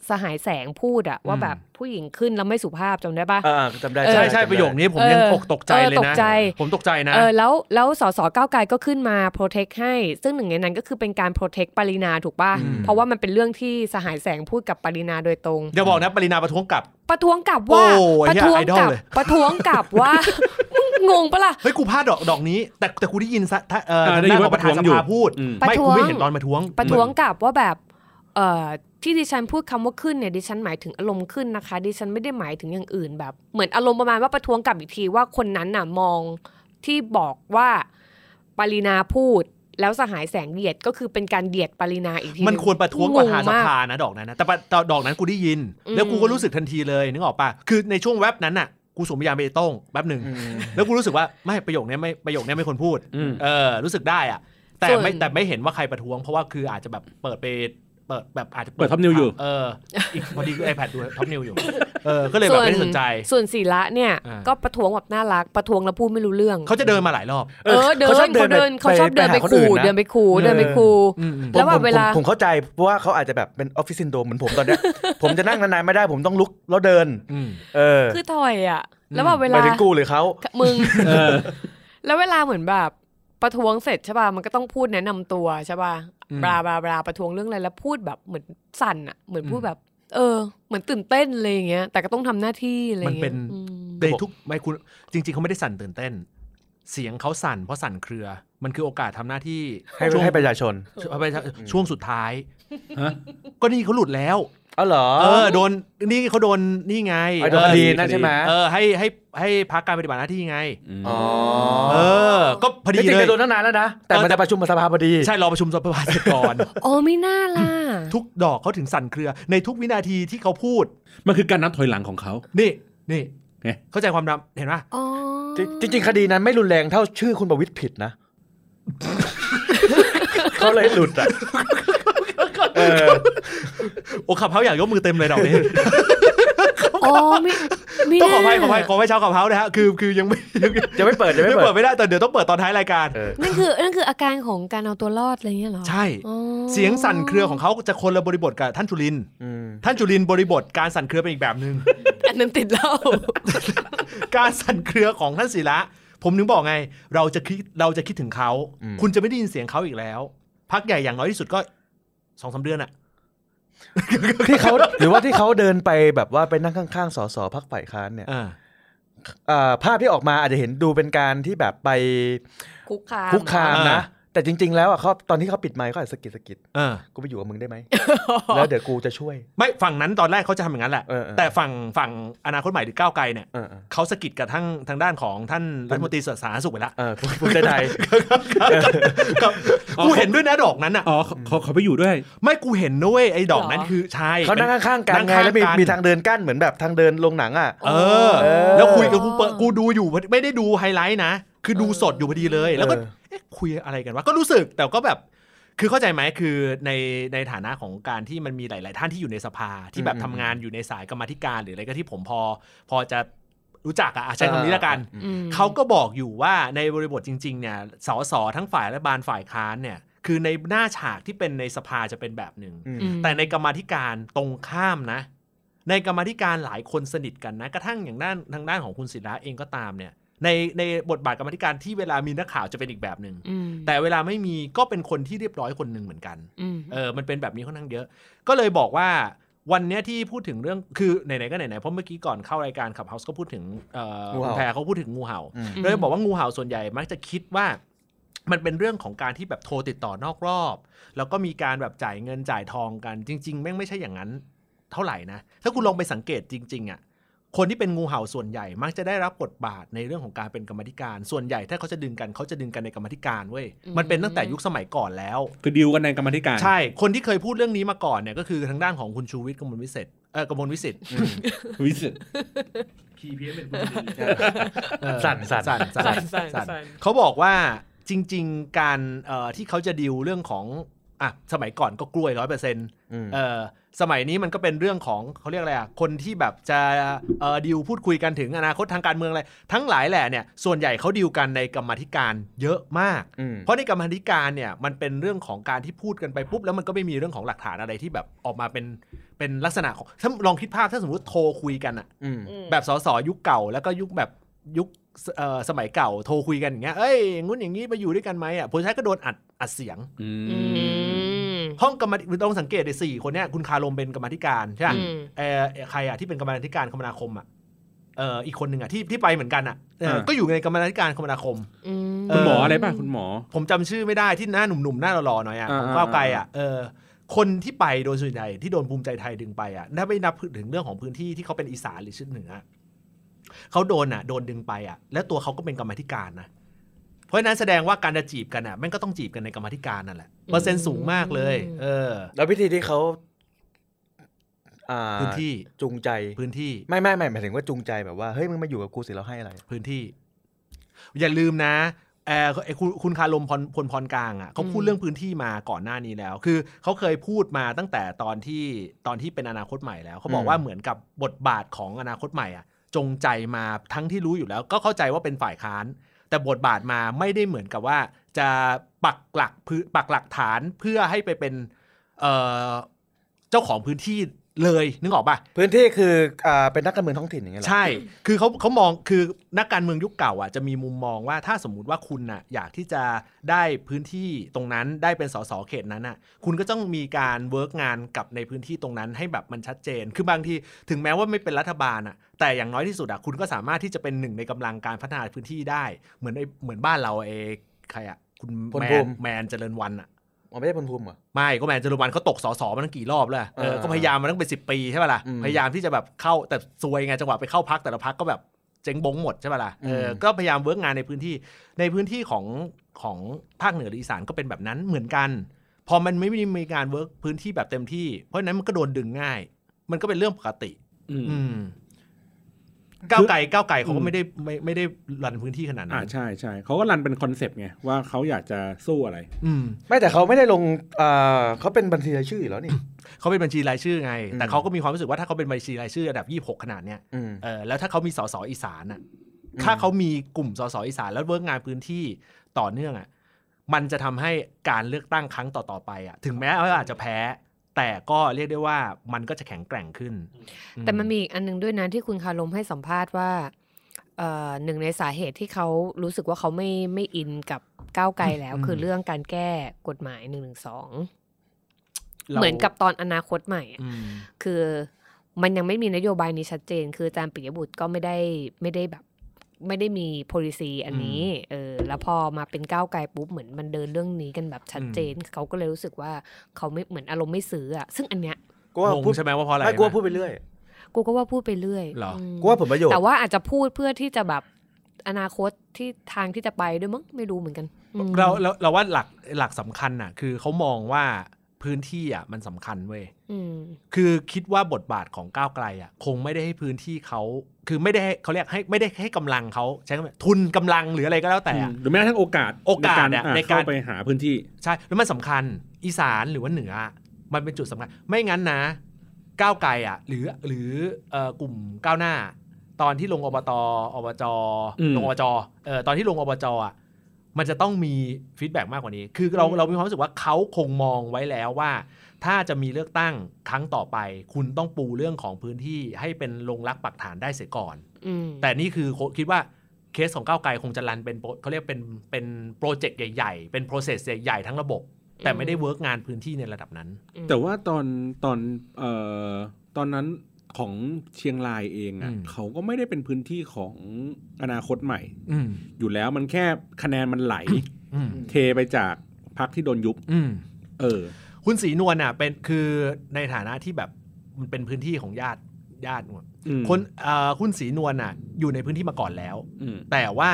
สหายแสงพูดอะว่า
อืม
แบบผู้หญิงขึ้นแล้วไม่สุภาพจำได้ปะ
อ่าจำได้
เออ
ใช่
จำได้
ใช่ประโยคนี้ผมยัง
เออ
อกตกใจเลย
เออต
นะ
กใจ
ผมตกใจนะ
เออแล้วแล้วสสก้าวไกลก็ขึ้นมาโปรเทคให้ ซึ่งหนึ่งในนั้นก็คือเป็นการโปรเทคปรินาถูกป่ะ
อืม
เพราะว่ามันเป็นเรื่องที่สหายแสงพูดกับปรินาโดยตรง
อย่าบอกนะปรินาประท้วงกลับ
ประท้วงกลับว่า
โอ้ย
ประท้วง
ไอดอล
กลับ
เลย
ประท้วงกลับว่า งงปะล่ะ
เฮ้ยกูพลาดดอกดอกนี้ แต่แต่กูได้ยินซะถ้าเออ
เออได้
ทางด้านขอ
ยินว่าง
ประธานส
ประท้วงอยู่
ภาพูด
อืม
ไม่
ประ
กู
ท้วง
ไม่เห็นตอนประท้วง
ประท้วงกลับว่าแบบเอ่อที่ดิฉันพูดคำว่าขึ้นเนี่ยดิฉันหมายถึงอารมณ์ขึ้นนะคะ ดิฉันไม่ได้หมายถึงอย่างอื่นแบบ เหมือนอารมณ์ประมาณว่าประท้วงกลับอีกทีว่าคนนั้นน่ะมองที่บอกว่าปรินาพูด แล้วสหายแสงเหยียดก็คือเป็นการเหยียดปรินาอีกที
มันควรประท้วงประธานส
งงม
ภานะดอกนั้นนะแต่ประแต่ดอกนั้นกูได้ยิน
อืม
แล้วกูก็รู้สึกทันทีเลยนึกออกปะคือในช่วงแว็บนั้นน่ะกูสวมวิญญาณไปไอ้โต้งแป๊บหนึ่ง
อืม
แล้วกูรู้สึกว่าไม่ประโยคเนี้ยไม่ประโยคเนี้ยไม่ควรพูด
อืม
เออรู้สึกได้อะแต่
ส่วน
ไม่แต่ไม่เห็นว่าใครประท้วงเพราะว่าคืออาจจะแบบเปิดไปเปิดแบบอาจจะ
เปิด Top New อยู่
เอออีกพอดีไอแพดดูท็อปนิวอยู่เออก็เลยแบ
ส่
บ
วน
ไม่ได้สนใจ
ส่วนศิละเนี่ย
อ่า
ก็ประท้วงแบบน่ารักประท้วงแล้วพูดไม่รู้เรื่อง
เขาจะเดินมาหลายรอบ
เออเดิน
เขาชอบ
เขา
เดิ
เดิน
นไป
เขาชอบเดินไป
ไปหาคนอื่
ขู่
นนะ
เดินไปขู่เดินไป
เออ
ขู่
อืมอืม
แล้วแบ
ผ
บ
มผม
เวลา
ผมเข้าใจเพราะว่าเขาอาจจะแบบเป็นออฟฟิศซินโดมเหมือนผมตอน เนี้ย ผมจะนั่งนานๆไม่ได้ผมต้องลุกแล้วเดิน
อืม
เออ
คือถอยอ่ะ แล้วแบบเว
ห
ลา
มายถึงกูหรือเขา
มึง
เออ
แล้วเวลาเหมือนแบบประท้วงเสร็จใช่ป่ะมันก็ต้องพูดแนะนำตัวใช่ป่ะ
อืม
บลาบลาบลาประท้วงเรื่องอะไรแล้วพูดแบบเหมือนสั่นอะเหมือนพูด
อืม
แบบ เออ เหมือนตื่นเต้นอะไรอย่างเงี้ย แต่ก็ต้องทำหน้าที่อะไรอย่างเงี้ย
มันเป็น
อืม
ในทุกไม่คุณจริง ๆเขาไม่ได้สั่นตื่นเต้น เสียงเขาสั่นเพราะสั่นเครือ มันคือโอกาสทำหน้าที่
ให้
ช่วง
ให้ประชาชน
ช่วงสุดท้าย
ฮะ
ก็นี่เขาหลุดแล้ว
อ๋อเหรอ
เออโดนนี่เขาโดนนี่ไง
ไอ้ดอก
ค
ดี
เออ
นั่นใช่ไหม
เออให้ให้ให้พักการปฏิบัติหน้าที่ไง
อ๋อ
เออ ก็พอดี
จริง
เลย
ๆจะโดนตั้งนานแล้วนะ แต่มันจะประชุมสภาพอดี
ใช่ รอประชุมสภาเสร็จก่อน
โอ้ไม่น่าล่ะ
ทุกดอกเขาถึงสั่นเครือ ในทุกวินาทีที่เขาพูด
มันคือการนับถอยหลังของเขา
นี่นี่
ไง
เข้าใจความดำเห็นปะ
อ๋อ
จริง ๆ คดีนั้นไม่รุนแรงเท่าชื่อคุณประวิตรผิด นะ เขาเลยหลุดอ่ะเออ
โอ้ขับเฮาอยากยกมือเต็มเลยด อกนี้
อ๋อไม่ไม่
ต้องขออภัยข
น่า
ออภัยขออภัยชาวขับเฮานะฮะคือคือยังไม่ยัง
จะไม่เปิดจะ
ยั
ไม่
ง
เปิ
เปิ
ด
ดไม่ได้แต่เดี๋ยวต้องเปิดตอนท้ายรายการ
เออ
นั่นคือนั่นคืออาการของการเอาตัวรอดอะไรเงี้ยเหรอ
ใช่
อ๋อ
เสียงสั่นเครือของเขาจะคนละบริบทกับท่านจุลินทร์
อืม
ท่านจุลินทร์บริบทการสั่นเครือเป็นอีกแบบ หนึ่ง
อันนั้นติด เหล้า
การสั่นเครือของท่านศิระผมถึงบอกไง เราจะคิดเราจะคิดถึงเขา
อืม
คุณจะไม่ได้ยินเสียงเขาอีกแล้ว พักใหญ่อย่างน้อยที่สุดก็สองสามเดือนอะ
ที่เขาหรือว่าที่เขาเดินไปแบบว่าไปนั่งข้างๆสสพักฝ่ายค้านเนี่ย
อ่า
เอ่อภาพที่ออกมาอาจจะเห็นดูเป็นการที่แบบไป
คุกคาม
คุกคาม
อ่า
นะ แต่จริง ๆ แล้วอ่ะเขาตอนที่เขาปิดไมค์เขาอาจจะสะกิดสะกิด
อ่า
กูไปอยู่กับมึงได้ไหม แล้วเดี๋ยวกูจะช่วย
ไม่ฝั่งนั้นตอนแรกเขาจะทำอย่างนั้นแหละ
เออเออ
แต่ฝั่งฝั่งอนาคตใหม่หรือก้าวไกลเนี่ย
เออเออ
เขาสะกิดกับทั้งทางด้านของท่านรัฐมนตรีสาธารณสุขไปละ
เออภูภูมิใจไทย
ครับกูเห็นด้วยนะดอกนั้นอ่ะ
อ๋อเขาเขาเขาไปอยู่ด้วย
ไม่กูเห็นนะเว้ยไอ้ดอกนั้นคือใช่
เขานั่งข้างๆกัน
นั่ง
ไง
ข้าง
แล้วมี
กัน
มีทางเดินกั้นเหมือนแบบทางเดินลงหนังอ่ะ
เออ
เออ
แล้วคุยกับกูเปิดกูดูอยู่ไม่ได้ดูไฮไลท์นะ คือดูสดอยู่พอดีเลย แล้วก็
เออ
เอ๊ะคุยอะไรกันวะก็รู้สึกแต่ก็แบบ คือเข้าใจไหมคือในในฐานะของการที่มันมีหลาย ๆ ท่านที่อยู่ในสภาที่แบบ
อืม
ทำงานอยู่ในสายกรรมาธิการหรืออะไรก็ที่ผมพอ พอจะรู้จักอะอ่ะใช้คำนี้ละกัน
อืม
เขาก็บอกอยู่ว่าในบริบทจริง ๆ เนี่ยสสทั้งฝ่ายรัฐบาลฝ่ายค้านเนี่ย คือในหน้าฉากที่เป็นในสภาจะเป็นแบบหนึ่ง
อืม
แต่ในกรรมาธิการตรงข้ามนะ ในกรรมาธิการหลายคนสนิทกันนะ กระทั่งอย่างด้านทางด้านของคุณศิระเองก็ตามเนี่ย ในในบทบาทกรรมาธิการที่เวลามีนักข่าวจะเป็นอีกแบบหนึ่ง
อืม
แต่เวลาไม่มีก็เป็นคนที่เรียบร้อยคนหนึ่งเหมือนกัน
อืม
เออ มันเป็นแบบนี้ค่อนข้างเยอะ ก็เลยบอกว่าวันเนี้ยที่พูดถึงเรื่องคือไหนๆก็ไหนๆเพราะเมื่อกี้ก่อนเข้ารายการขับเฮาส์ก็พูดถึงเอ่อ
งู
คุณ
เห่า
แพรเขาพูดถึงงูเห่า
อืม
โดยบอกว่างูเห่าส่วนใหญ่มักจะคิดว่า มันเป็นเรื่องของการที่แบบโทรติดต่อนอกรอบ แล้วก็มีการแบบจ่ายเงินจ่ายทองกัน จริง ๆ แม่งไม่ใช่อย่างนั้น เท่าไหร่นะ ถ้าคุณลองไปสังเกตจริง ๆอะ่ะคนที่เป็นงูเห่าส่วนใหญ่ มักจะได้รับบทบาทในเรื่องของการเป็นกรรมาธิการ ส่วนใหญ่ถ้าเขาจะดึงกันเขาจะดึงกันในกรรมาธิการเว้ย
อืม
มันเป็นตั้งแต่ยุคสมัยก่อนแล้ว
คือดีลกันในกรรมาธิการ
ใช่ คนที่เคยพูดเรื่องนี้มาก่อนเนี่ยก็คือทางด้านของคุณชูวิทย์กมลวิเศษเออกมลวิสิทธิ์
วิสิต
พีเพียเป็น
สั่นสั่น
สั่นสั่น
สั่นสั่น
สั่น
สั่น
เขาบอกว่าจริง ๆ การเอ่อที่เขาจะดิวเรื่องของ อ่ะสมัยก่อนก็กล้วยร้อยเปอร์เซ็นต์
อืม
เออสมัยนี้มันก็เป็นเรื่องของเขาเรียกอะไรอ่ะคนที่แบบจะเออดิวพูดคุยกันถึงอนาคตทางการเมืองอะไรทั้งหลายแหละเนี่ยส่วนใหญ่เขาดิวกันในกรรมาธิการเยอะมาก
อืม
เพราะในกรรมาธิการเนี่ยมันเป็นเรื่องของการที่พูดกันไปปุ๊บแล้วมันก็ไม่มีเรื่องของหลักฐานอะไรที่แบบออกมาเป็นเป็นลักษณะของถ้าลองคิดภาพถ้าสมมติโทรคุยกันอะ
อืม
อืม
แบบสสยุคเก่าแล้วก็ยุคแบบยุคสเอ่อสมัยเก่าโทรคุยกันอย่างเงี้ยเอ้ยงุ้นอย่างงี้มาอยู่ด้วยกันไหมอ่ะผมใช้ก็โดนอัดอัดเสียง
อื
อื
ม
ม
ห้องกรรมธิคุณต้องสังเกตเลยสี่คนเนี้ยคุณคารมเป็นกรรมาธิการใช่ไหม
อืม
เออใครอ่ะที่เป็นกรรมาธิการคมนาคมอ่ะเอออีกคนหนึ่งอ่ะที่ที่ไปเหมือนกันอ่ะเอออา ก็อยู่ในกรรมาธิการคมนาคม
อืม
เ
คุณหมออะไรป่ะคุณหมอ
ผมจำชื่อไม่ได้ที่หน้าหนุ่มๆหน้าหล่อๆหน่อยอ่ะ
อ่า
ของก้าวไกล
อ่า
อ่ะเออคนที่ไปโดยส่วนใหญ่ที่โดนภูมิใจไทยดึงไปอ่ะถ้าไม่นับถึงเรื่องของพื้นที่ที่เขาเป็นอีสานหรือชื่อเหนือเขาโดนอ่ะโดนดึงไปอ่ะ แล้วตัวเขาก็เป็นกรรมาธิการนะเพราะฉะนั้นแสดงว่าการจะจีบกันอ่ะแม่งก็ต้องจีบกันในกรรมาธิการนั่นแหละเปอร์เซ็นต์สูงมากเลย เออ
แล้ววิธีที่เขาอ่า
พื้นที่
จูงใจ
พื้นที่
ไม่ไม่ไม่หมายถึงว่าจูงใจแบบว่าเฮ้ยมึงมาอยู่กับกูสิเราให้อะไร
พื้นที่ อย่าลืมนะเออไอ้คุณคุณคารมพลพลพรกลางอ่ะเขาพูด
อืม
เรื่องพื้นที่มาก่อนหน้านี้แล้ว คือเขาเคยพูดมาตั้งแต่ตอนที่ตอนที่เป็นอนาคตใหม่แล้วเขาบอก
อืม
ว่าเหมือนกับบทบาทของอนาคตใหม่อ่ะ จงใจมาทั้งที่รู้อยู่แล้ว ก็เข้าใจว่าเป็นฝ่ายค้าน แต่บทบาทมาไม่ได้เหมือนกับว่าจะปักหลักพื้นปักหลักฐานเพื่อให้ไปเป็นเอ่อเจ้าของพื้นที่เลยนึกออกปะ
พื้นที่คืออ่าเป็นนักการเมืองท้องถิ่นอย่างเงี้ยเหรอ
ใช่ คือเขาเขามอง คือนักการเมืองยุคเก่าอ่ะจะมีมุมมองว่าถ้าสมมติว่าคุณน่ะอยากที่จะได้พื้นที่ตรงนั้นได้เป็นสสเขตนั้นอ่ะ คุณก็ต้องมีการเวิร์กงานกับในพื้นที่ตรงนั้นให้แบบมันชัดเจน คือบางทีถึงแม้ว่าไม่เป็นรัฐบาลอ่ะ แต่อย่างน้อยที่สุดอ่ะคุณก็สามารถที่จะเป็นหนึ่งในกำลังการพัฒนาพื้นที่ได้ เหมือนไอเหมือนบ้านเราเอใครอ่ะ คุณแมนแมนเจริญวันอ่ะ
อ๋อไม่ได้พลภูมิเหรอ
ไม่ก็แมนเจริญวันเขาตกสอสอมาตั้งกี่รอบแล้วเออ
เออ
ก็พยายามมาตั้งเป็นสิปีใช่ป่ะล่ะ
อืม
พยายามที่จะแบบเข้าแต่ซวยไงจังหวะไปเข้าพักแต่ละพักก็แบบเจ๊งบงหมดใช่ป่ะล่ะเอออ
ม
ก็พยายามเวิร์กงานในพื้นที่ ในพื้นที่ของของภาคเหนือหรืออีสานก็เป็นแบบนั้นเหมือนกัน พอมันไม่ได้มีการเวิร์กพื้นที่แบบเต็มที่ เพราะฉะนั้นมันก็โดนดึงง่าย มันก็เป็นเรื่องปกติ
อืม
อืมก้าวไก่ก้าวไก่เขา
อื
ก็
ม
ไม่ได้ไม่ไม่ได้รันพื้นที่ขนาด
อ่า
นั้น
ใช่ใช่เขาก็รันเป็นคอนเซปต์ไงว่าเขาอยากจะสู้อะไร
อืม
ไม่แต่เขาไม่ได้ลงอ่าเขาเป็นบัญชีรายชื่ออยู่แล้วนี่
เขาเป็นบัญชีรายชื่อไง
อืม
แต่เขาก็มีความรู้สึกว่าถ้าเขาเป็นบัญชีรายชื่อระดับ 26 ขนาดเนี้ย
อืม
เออแล้วถ้าเขามีสสอีสานอ่ะ
อืม
ถ้าเขามีกลุ่มสสอีสานแล้วเวิร์กงานพื้นที่ต่อเนื่องอ่ะ มันจะทำให้การเลือกตั้งครั้งต่อ ๆ ไปอ่ะ ถึงแม้ว่าอาจจะแพ้ แต่ก็เรียกได้ว่ามันก็จะแข็งแกร่งขึ้น
แต่มันมีอีกอันหนึงด้วยนะที่คุณคารมให้สัมภาษณ์ว่าเอ่อหนึ่งในสาเหตุที่เขารู้สึกว่าเขาไม่ไม่อินกับก้าวไกลแล้ว คือเรื่องการแก้กฎหมายหนึ่งหนึ่งสอง
รา
เหมือนกับตอนอนาคตใหม่อะ
อืม
คือมันยังไม่มีนโยบายนี้ชัดเจน คืออาจารย์ปิยบุตรก็ไม่ได้ไม่ได้แบบไม่ได้มี policy อันนี้เออแล้วพอมาเป็นก้าวไกลปุ๊บเหมือนมันเดินเรื่องนี้กันแบบชัดเจน เขาก็เลยรู้สึกว่าเขาไม่เหมือนอารมณ์ไม่ซื้ออะซึ่งอันเนี้ย
กูว่าง พู
ง
ด
ใช่ไหมว่าเพราะอะไร
ไม่กูว่า
นะ
พูดไปเรื่อย
กูก็ว่าพูดไปเรื่อย
เหรออื
ม
กูว่าผลประโยชน์
แต่ว่าอาจจะพูดเพื่อที่จะแบบอนาคตที่ทางที่จะไปด้วยมั้งไม่รู้เหมือนกันอืม
เราเราเราว่าหลักหลักสำคัญน่ะ คือเขามองว่าพื้นที่อ่ะมันสำคัญเว้ย
อืม
คือคิดว่าบทบาทของก้าวไกลอ่ะคงไม่ได้ให้พื้นที่เขา คือไม่ได้ให้เขาเรียกให้ไม่ได้ให้กำลังเขาใช้คำว่าทุนกำลังหรืออะไรก็แล้วแต่อะ
หรือแม้กระทั่งโอกาส
โอกาสเนี่ยใน
ใน
กา
การ รเข้าไปหาพื้นที่
ใช่ แล้วมันสำคัญอีสานหรือว่าเหนืออะมันเป็นจุดสำคัญ ไม่งั้นนะ ก้าวไกลอ่ะ หรือหรือเอ่อกลุ่มก้าวหน้า ตอนที่ลงอบตอบจ
อืม
ลงอบจเอ่อตอนที่ลงอบจอ่ะมันจะต้องมีฟีดแบ็กมากกว่านี้ คือเรา
อืม
เรามีความรู้สึกว่าเขาคงมองไว้แล้วว่า ถ้าจะมีเลือกตั้งครั้งต่อไป คุณต้องปูเรื่องของพื้นที่ให้เป็นลงรักปักฐานได้เสียก่อน
อืม
แต่นี่คือโคคิดว่าเคสของก้าวไกลคงจะรันเป็นโปรเขาเรียกเป็นเป็นโปรเจกต์ใหญ่ๆ เป็นโปรเซสใหญ่ๆทั้งระบบ แต่ไม่ได้เวิร์กงานพื้นที่ในระดับนั้น
แต่ว่าตอนตอนเอ่อตอนนั้นของเชียงรายเองอ่ะ
อืม
เขาก็ไม่ได้เป็นพื้นที่ของอนาคตใหม่
อืม
อยู่แล้วมันแค่คะแนนมันไหล
อืม
เทไปจากพักที่โดนยุบ
อืม
เออ
คุณศรีนวลน่ะเป็นคือในฐานะที่แบบมันเป็นพื้นที่ของญาติญาติหมด
อืม
คนเอ่อคุณศรีนวลน่ะ อยู่ในพื้นที่มาก่อนแล้ว
อืม
แต่ว่า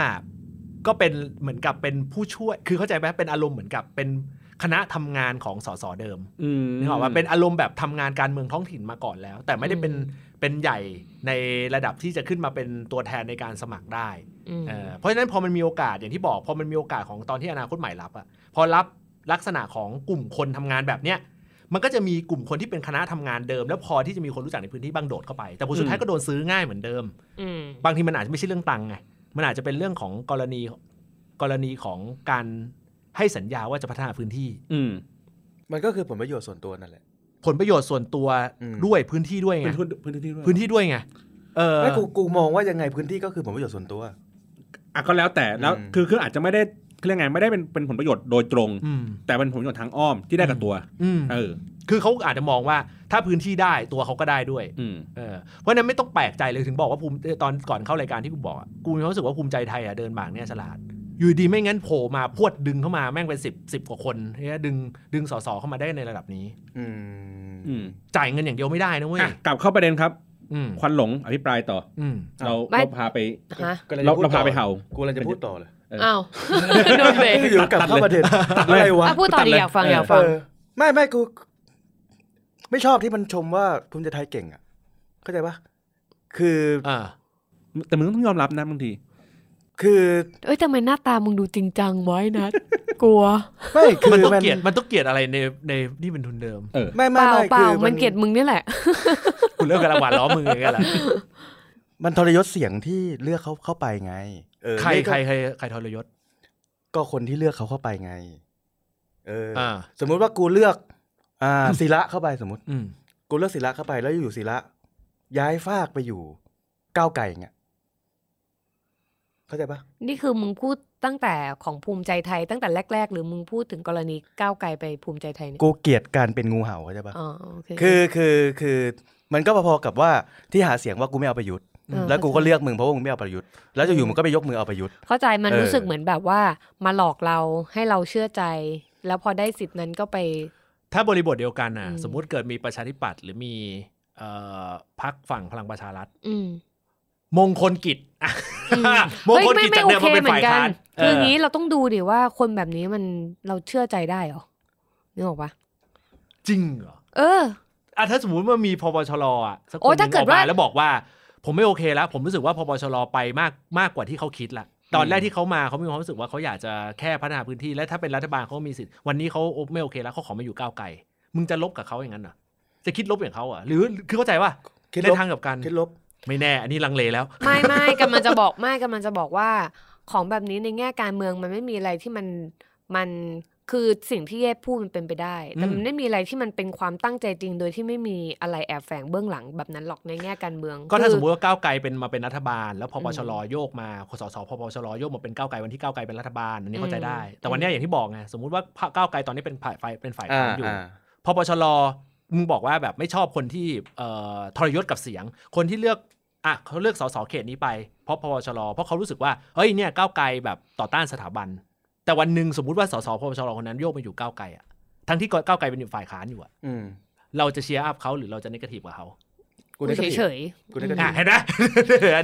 ก็เป็นเหมือนกับเป็นผู้ช่วย คือเข้าใจไหมเป็นอารมณ์เหมือนกับเป็นคณะทำงานของสสเดิม
อืม
นึกออกว่าเป็นอารมณ์แบบทำงานการเมืองท้องถิ่นมาก่อนแล้ว แต่ไม่ได้เป็นเป็นใหญ่ในระดับที่จะขึ้นมาเป็นตัวแทนในการสมัครได้
อืม
เอ่อเพราะฉะนั้นพอมันมีโอกาสอย่างที่บอกพอมันมีโอกาสของตอนที่อนาคตใหม่รับอะพอรับ ลักษณะของกลุ่มคนทำงานแบบเนี้ยมันก็จะมีกลุ่มคนที่เป็นคณะทำงานเดิม แล้วพอที่จะมีคนรู้จักในพื้นที่บ้างโดดเข้าไปแต่ผลสุดท้ายก็โดนซื้อง่ายเหมือนเดิม
อืม
บางทีมันอาจจะไม่ใช่เรื่องตังค์ไง มันอาจจะเป็นเรื่องของกรณีกรณีของการให้สัญญาว่าจะพัฒนาพื้นที่
อืม
มันก็คือผลประโยชน์ส่วนตัวนั่นแหละ
ผลประโยชน์ส่วนตัว
อืม
ด้วยพื้นที่ด้วยไง
เป็นพื้นพื้นที่ด้วย
พื้นที่ด้วยไง เออ
ไม่กูกูมองว่ายังไงพื้นที่ก็คือผลประโยชน์ส่วนตัว
อ่ะก็แล้วแต่แล้ว
อืม
คือคืออาจจะไม่ได้เรียกไงไม่ได้เป็นเป็นผลประโยชน์โดยตรง
อืม
แต่เป็นผลประโยชน์ทางอ้อมที่ได้กับตัว
อืม
เออ
คือเขาอาจจะมองว่าถ้าพื้นที่ได้ตัวเขาก็ได้ด้วย
อืม
เออเพราะฉะนั้นไม่ต้องแปลกใจเลยถึงบอกว่าภูมิตอนก่อนเข้ารายการที่กูบอกอะกูมีความรู้สึกว่าภูมิใจไทยอ่ะเดินหมากเนี่ยฉลาด อยู่ดีไม่งั้นโผล่มาพรวดดึงเข้ามาแม่งเป็นสิบสิบกว่าคนเนี่ยดึงดึงสสเข้ามาได้ในระดับนี้
อืม
อืม
จ่ายเงินอย่างเดียวไม่ได้นะเว้ย
อ่ะกลับเข้าประเด็นครับ
อืม
ควันหลงอภิปรายต่อ
อืม
เรา
ไม่
เราพาไป
ฮะ
กำลัง
เรา
จะพูด
เราพาไป
ต่อ
เห่า
กูกำลังจะพูดต่อเลย
เอออ้
อ้าว โดนเบรก
อยู่ๆกลับเข้าประเด็นอะไรวะ
อ่ะพูดต่อดีอยากฟัง
เออ
อ
อ
ยากฟัง
เออไม่ไม่กูไม่ชอบที่มันชมว่าภูมิใจไทยเก่งอ่ะ เข้าใจปะคือ
อ่า
แต่มึงต้องยอมรับนะบางที
คือ
เอ้ยทำไมหน้าตามึงดูจริงจังไว้ นะ กลัว
ไม่คือ
มันต้องเกลียดมันต้องเกลียดอะไรในในนี่เป็นทุนเดิม
เออ
ไม่
เป
ไม่
ล่า
ไม่
เปล่า
คือ
มันเกลียดมึงนี่แหละ
คุณเลิกกำลังหวานล้อมมืออย่างเงี้ยแหละ
มันทรยศเสียงที่เลือกเขาเข้าไปไง เออ
ใคร
นี่ก็
ใครใครใครทรยศ
ก็คนที่เลือกเขาเข้าไปไง เอออ
อ่า
สมมุติว่ากูเลือก อ่า ศิระเข้าไปสมมติ
อืม
กูเลือกศิระเข้าไปแล้วอยู่ๆศิระย้ายฟากไปอยู่ ก้าวไก่เงี้ยเข้าใจปะ
นี่คือมึงพูดตั้งแต่ของภูมิใจไทยตั้งแต่แรก ๆ หรือมึงพูดถึงกรณีก้าวไกลไปภูมิใจไทยเนี่ย
กูเกลียดการเป็นงูเห่าเข้าใจปะ
อ๋อโอเค
คือคือคือมันก็พอๆกับว่าที่หาเสียงว่ากูไม่เอาประยุทธ์
อืม
แล้วกูก็เลือกมึงเพราะว่ามึงไม่เอาประยุทธ์แล้วอยู่ๆมึงก็ไปยกมือเอาประยุทธ์
เข้าใจมัน
เออ
รู้สึกเหมือนแบบว่า มาหลอกเราให้เราเชื่อใจ แล้วพอได้สิทธิ์นั้นก็ไป
ถ้าบริบทเดียวกันน่ะ
อืม
สมมุติเกิดมีประชาธิปัตย์หรือมีเอ่อพักฝั่งพลังประชารัฐ
อื ม
มงคลกิจอ่ะ
อืม
มง
เฮ้ย
คล
ไม่
กิจ
ไม่
จาก
โอ
เดิม
เค
มาเป็น
เหมื
ฝ่า
อย นกั
ค้าน น
คืออย่าง
เ
นี้เราต้องดูดิว่าคนแบบนี้มันเราเชื่อใจได้เหรอนึกออกปะ
จริงเหรอ
เออ
อ่ะถ้าสมมติว่ามีพบชรอ่ะสักคน
โอ้
หนึ่
ถ้าง เกิ
อ
ด
อกมา
ว่า
แล้วบอกว่า ผมไม่โอเคแล้ว ผมรู้สึกว่าพบชรไปมากมากกว่าที่เขาคิดละตอนแรกที่เขามาเขามีความรู้สึกว่าเขาอยากจะแค่พัฒนาพื้นที่และถ้าเป็นรัฐบาลเขามีสิทธิ์วันนี้เขาไม่โอเคแล้วเขาขอมาอยู่ก้าวไกลมึงจะลบกับเขาอย่างนั้นเหรอจะคิดลบอย่างเขาเหรอ่ะหรือคือเข้าใจว่า
คิดลบ
ในทางกลับกัน
คิดลบ
ไม่แน่ อันนี้ลังเลแล้ว
ไม่ไม่กำลังจะบอกไม่กำลังจะบอกว่า ของแบบนี้ในแง่การเมืองมันไม่มีอะไรที่มันมันคือสิ่งที่เย่พูดมันเป็นไปได้ แต่มั
อื
น
ม
ไม่มีอะไรที่มันเป็นความตั้งใจจริง โดยที่ไม่มีอะไรแอบแฝงเบื้องหลังแบบนั้นหรอกในแง่การเมือง
ก็ถ้า
คือ
สมมติว่าก้าวไกลเป็นมาเป็นรัฐบาล แล้วพปชร
อืม
โยกมาคสสพปชรโยกมาเป็นก้าวไกลวันที่ก้าวไกลเป็นรัฐบาลอันนี้เข้าใจได้
อืม
แต่วันเนี้ยอย่างที่บอกไงสมมุติว่าพรรคก้าวไกลตอนนี้เป็นฝ่ายฝ่ายเป็นฝ่าย
อ่า
ค้านอยู่
อ่า
พปชรมึงบอกว่าแบบไม่ชอบคนที่เอ่อทรยศกับเสียง คนที่เลือกอ่ะเขาเลือกสสเขตนี้ไปเพราะพปชรเพราะเขารู้สึกว่าเฮ้ยเนี่ยก้าวไกลแบบต่อต้านสถาบัน แต่วันหนึ่งสมมติว่าสสพปชรคนนั้นโยกมาอยู่ก้าวไกลอะทั้งที่ก้าวไกลเป็นอยู่ฝ่ายค้านอยู่อะ
อืม
เราจะเชียร์อัพเขาหรือเราจะนิเกทีฟกับเขา
กู
กู
ได้
เฉ
ก็
ย
ผิด
เฉย
กูได้ก็
อ่ะเห็นไหม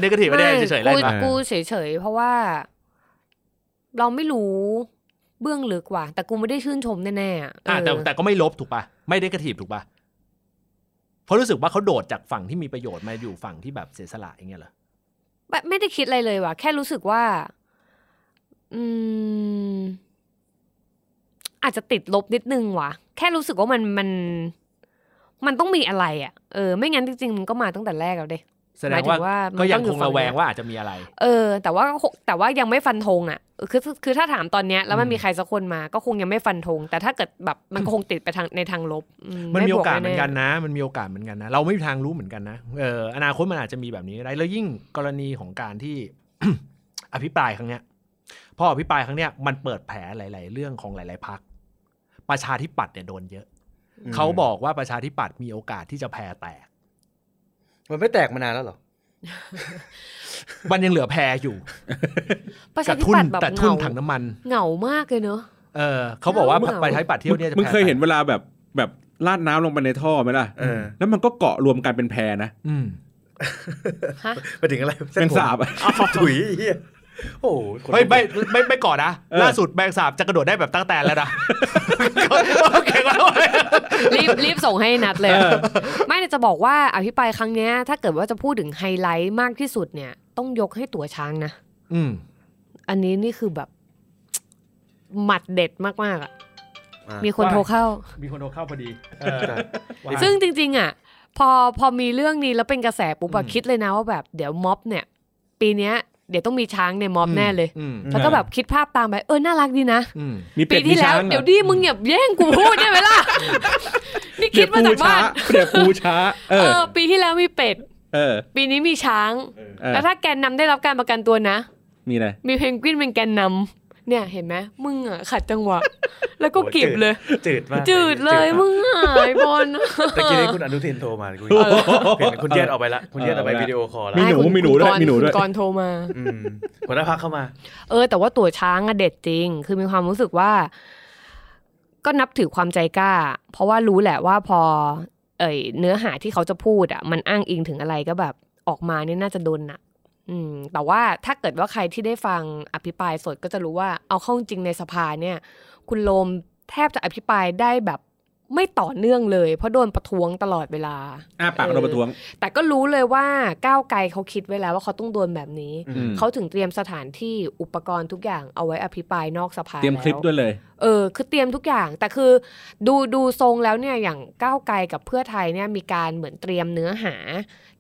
นิเกทีฟไม่ได้ เฉยๆเลย
กู
นะ
กูเฉยเฉยเพราะว่า เราไม่รู้เบื้องลึกว่ะแต่กูไม่ได้ชื่นชมแน่ๆอะ
อ่ะแต่
เออ
แต่ก็ไม่ลบถูกปะไม่ได้กระถีบถูกปะเพราะรู้สึกว่าเขาโดดจากฝั่งที่มีประโยชน์มาอยู่ฝั่งที่แบบเสียสละอย่างเงี้ยเหรอ
ไม่ไม่ได้คิดอะไรเลยว่ะ แค่รู้สึกว่า อืม อาจจะติดลบนิดนึงว่ะ แค่รู้สึกว่ามันมัน มันต้องมีอะไรอ่ะเออไม่งั้นจริงๆมันก็มาตั้งแต่แรกแล้วเด้
แสดงว่า
หมายถึงว่ามัน
ก็ยังค
ต้องอยู่
ง
ฝั่ง
ระแวง
เนี้ย
ว่าอาจจะมีอะไร
เออ แต่ว่าก็คงแต่ว่ายังไม่ฟันธงอ่ะเออคือคือถ้าถามตอนเนี้ยแล้วมันมีใครสักคนมา ก็คงยังไม่ฟันธงแต่ถ้าเกิดแบบมันก็คงติดไปทางในทางลบอื
มันมี
ไบ
โอ
ว
กาสเหมือน
แๆ
กันนะ มันมีโอกาสเหมือนกันนะ เราไม่มีทางรู้เหมือนกันนะเอออนาคตมันอาจจะมีแบบนี้ก็ได้แล้วยิ่งกรณีของการที่ อภิปรายครั้งเนี้ยพออภิปรายครั้งเนี้ยมันเปิดแผลหลาย ๆ เรื่องของหลาย ๆพักประชาธิปัตย์เนี่ยโดนเยอะ
อืม
เขาบอกว่าประชาธิปัตย์มีโอกาสที่จะแพ้แตก
มันไม่แตกมานานแล้วเหรอ
มันยังเหลือแพ้อยู่
ประ
ก
ชา
ระ
ธิ
ทุน
ปัตย์แบบ
แต่
เห
ทุน
งา
ถังน้ำมัน
เหงามากเลยเนอะ
เออเขาบอกว่า
เออ
ไปใช้ปัดเที่ยวเนี่ยจะ
มึงเคย
แพ้
เห็นเวลาแบบแบบลาดน้ำลงไปในท่อไหมล่ะ
เออ
แล้วมันก็เกาะรวมกันเป็นแพรนะ
อืม
ฮะ
ไปถึงอะไร
แมงสาบ
ผมถุยไอ้เหี้ยโอ้โหคน
เฮ้ยไม่ไม่ไม่ไม่ก่อนนะ
เออ
ล่าสุดแบงสาบจะกระโดดได้แบบตั้งแต่แล้ว นะ โอเคก็ได้
รีบรีบส่งให้นัดเลย ไม่แต่จะบอกว่าอภิปรายครั้งเนี้ยถ้าเกิดว่าจะพูดถึงไฮไลท์มากที่สุดเนี่ย ต้องยกให้ตัวช้างนะ
อืม
อันนี้นี่คือแบบ หมัดเด็ดมากๆอะ
อ่ามี
มีคนโทรเข้า
มีคนโทรเข้าพอดีเออว่า
ซึ่งจริง ๆ อ่ะ พอพอมีเรื่องนี้แล้วเป็นกระแสปุ๊บอะ
อืม
คิดเลยนะว่าแบบเดี๋ยวม็อบเนี่ย ปีเนี้ยเดี๋ยวต้องมีช้างในม็อบแน่เลย
อืม
แล้วก็แบบคิดภาพตามไปเออน่ารักดีนะ
อืม
มีเป็
ปี
ดมี
ที่แล้
ช้าว งหรอ
เดี๋ยวดิมึงอย่าแย่งกูพูดได้ไหมล่ะ นี่คิดมาจากบ้าน
เดี๋ยวปูช้าเดี๋
เอ
ยวปูช้า เออ
อ ปีที่แล้วมีเป็ด
เออ
ปีนี้มีช้าง
เออ
แล้วถ้าแกนนำได้รับการประกันตัวนะ
มีอะไร
มีเพนกวินเป็นแกนนำเนี่ยเห็นไหมมึงอ่ะขัดจังหวะ แล้วก็เก็บเลย
จืดมาก
จืดเลยมึงอ่ะไอ้บอล
แต่กี้นี้คุณอนุทินโทรมาคุณ
เออ
เห็นคุณเย็ดออกไปละคุณเย็ดออกไป
เออ
วิดีโอคอลละ
มีหนู
ใคุณ
มีหนูด้วย
คุณกรณ์
มีหนูด้วย
คุณกรณ์โทรมา
อืมหัวหน้าพักเข้ามา
เออ แต่ว่าตัวช้างอะเด็ดจริง คือมีความรู้สึกว่า ก็นับถือความใจกล้า เพราะว่ารู้แหละว่าพอ เอยเนื้อหาที่เขาจะพูดอ่ะ มันอ้างอิงถึงอะไรก็แบบออกมาเนี่ยน่าจะโดนหนักอืม แต่ว่าถ้าเกิดว่าใครที่ได้ฟังอภิปรายสดก็จะรู้ว่าเอาเข้าจริงในสภาเนี่ย คุณโลมแทบจะอภิปรายได้แบบไม่ต่อเนื่องเลย เพราะโดนประท้วงตลอดเวลา
อ้าปากโดนประท้วง
แต่ก็รู้เลยว่าก้าวไกลเขาคิดไว้แล้วว่าเขาต้องโดนแบบนี้
อืม
อืม
เขาถึงเตรียมสถานที่อุปกรณ์ทุกอย่างเอาไว้อภิปรายนอกสภา
เตรียมคลิปด้วยเลย
เออคือเตรียมทุกอย่าง แต่คือดูดูทรงแล้วเนี่ยอย่างก้าวไกลกับเพื่อไทยเนี่ยมีการเหมือนเตรียมเนื้อหา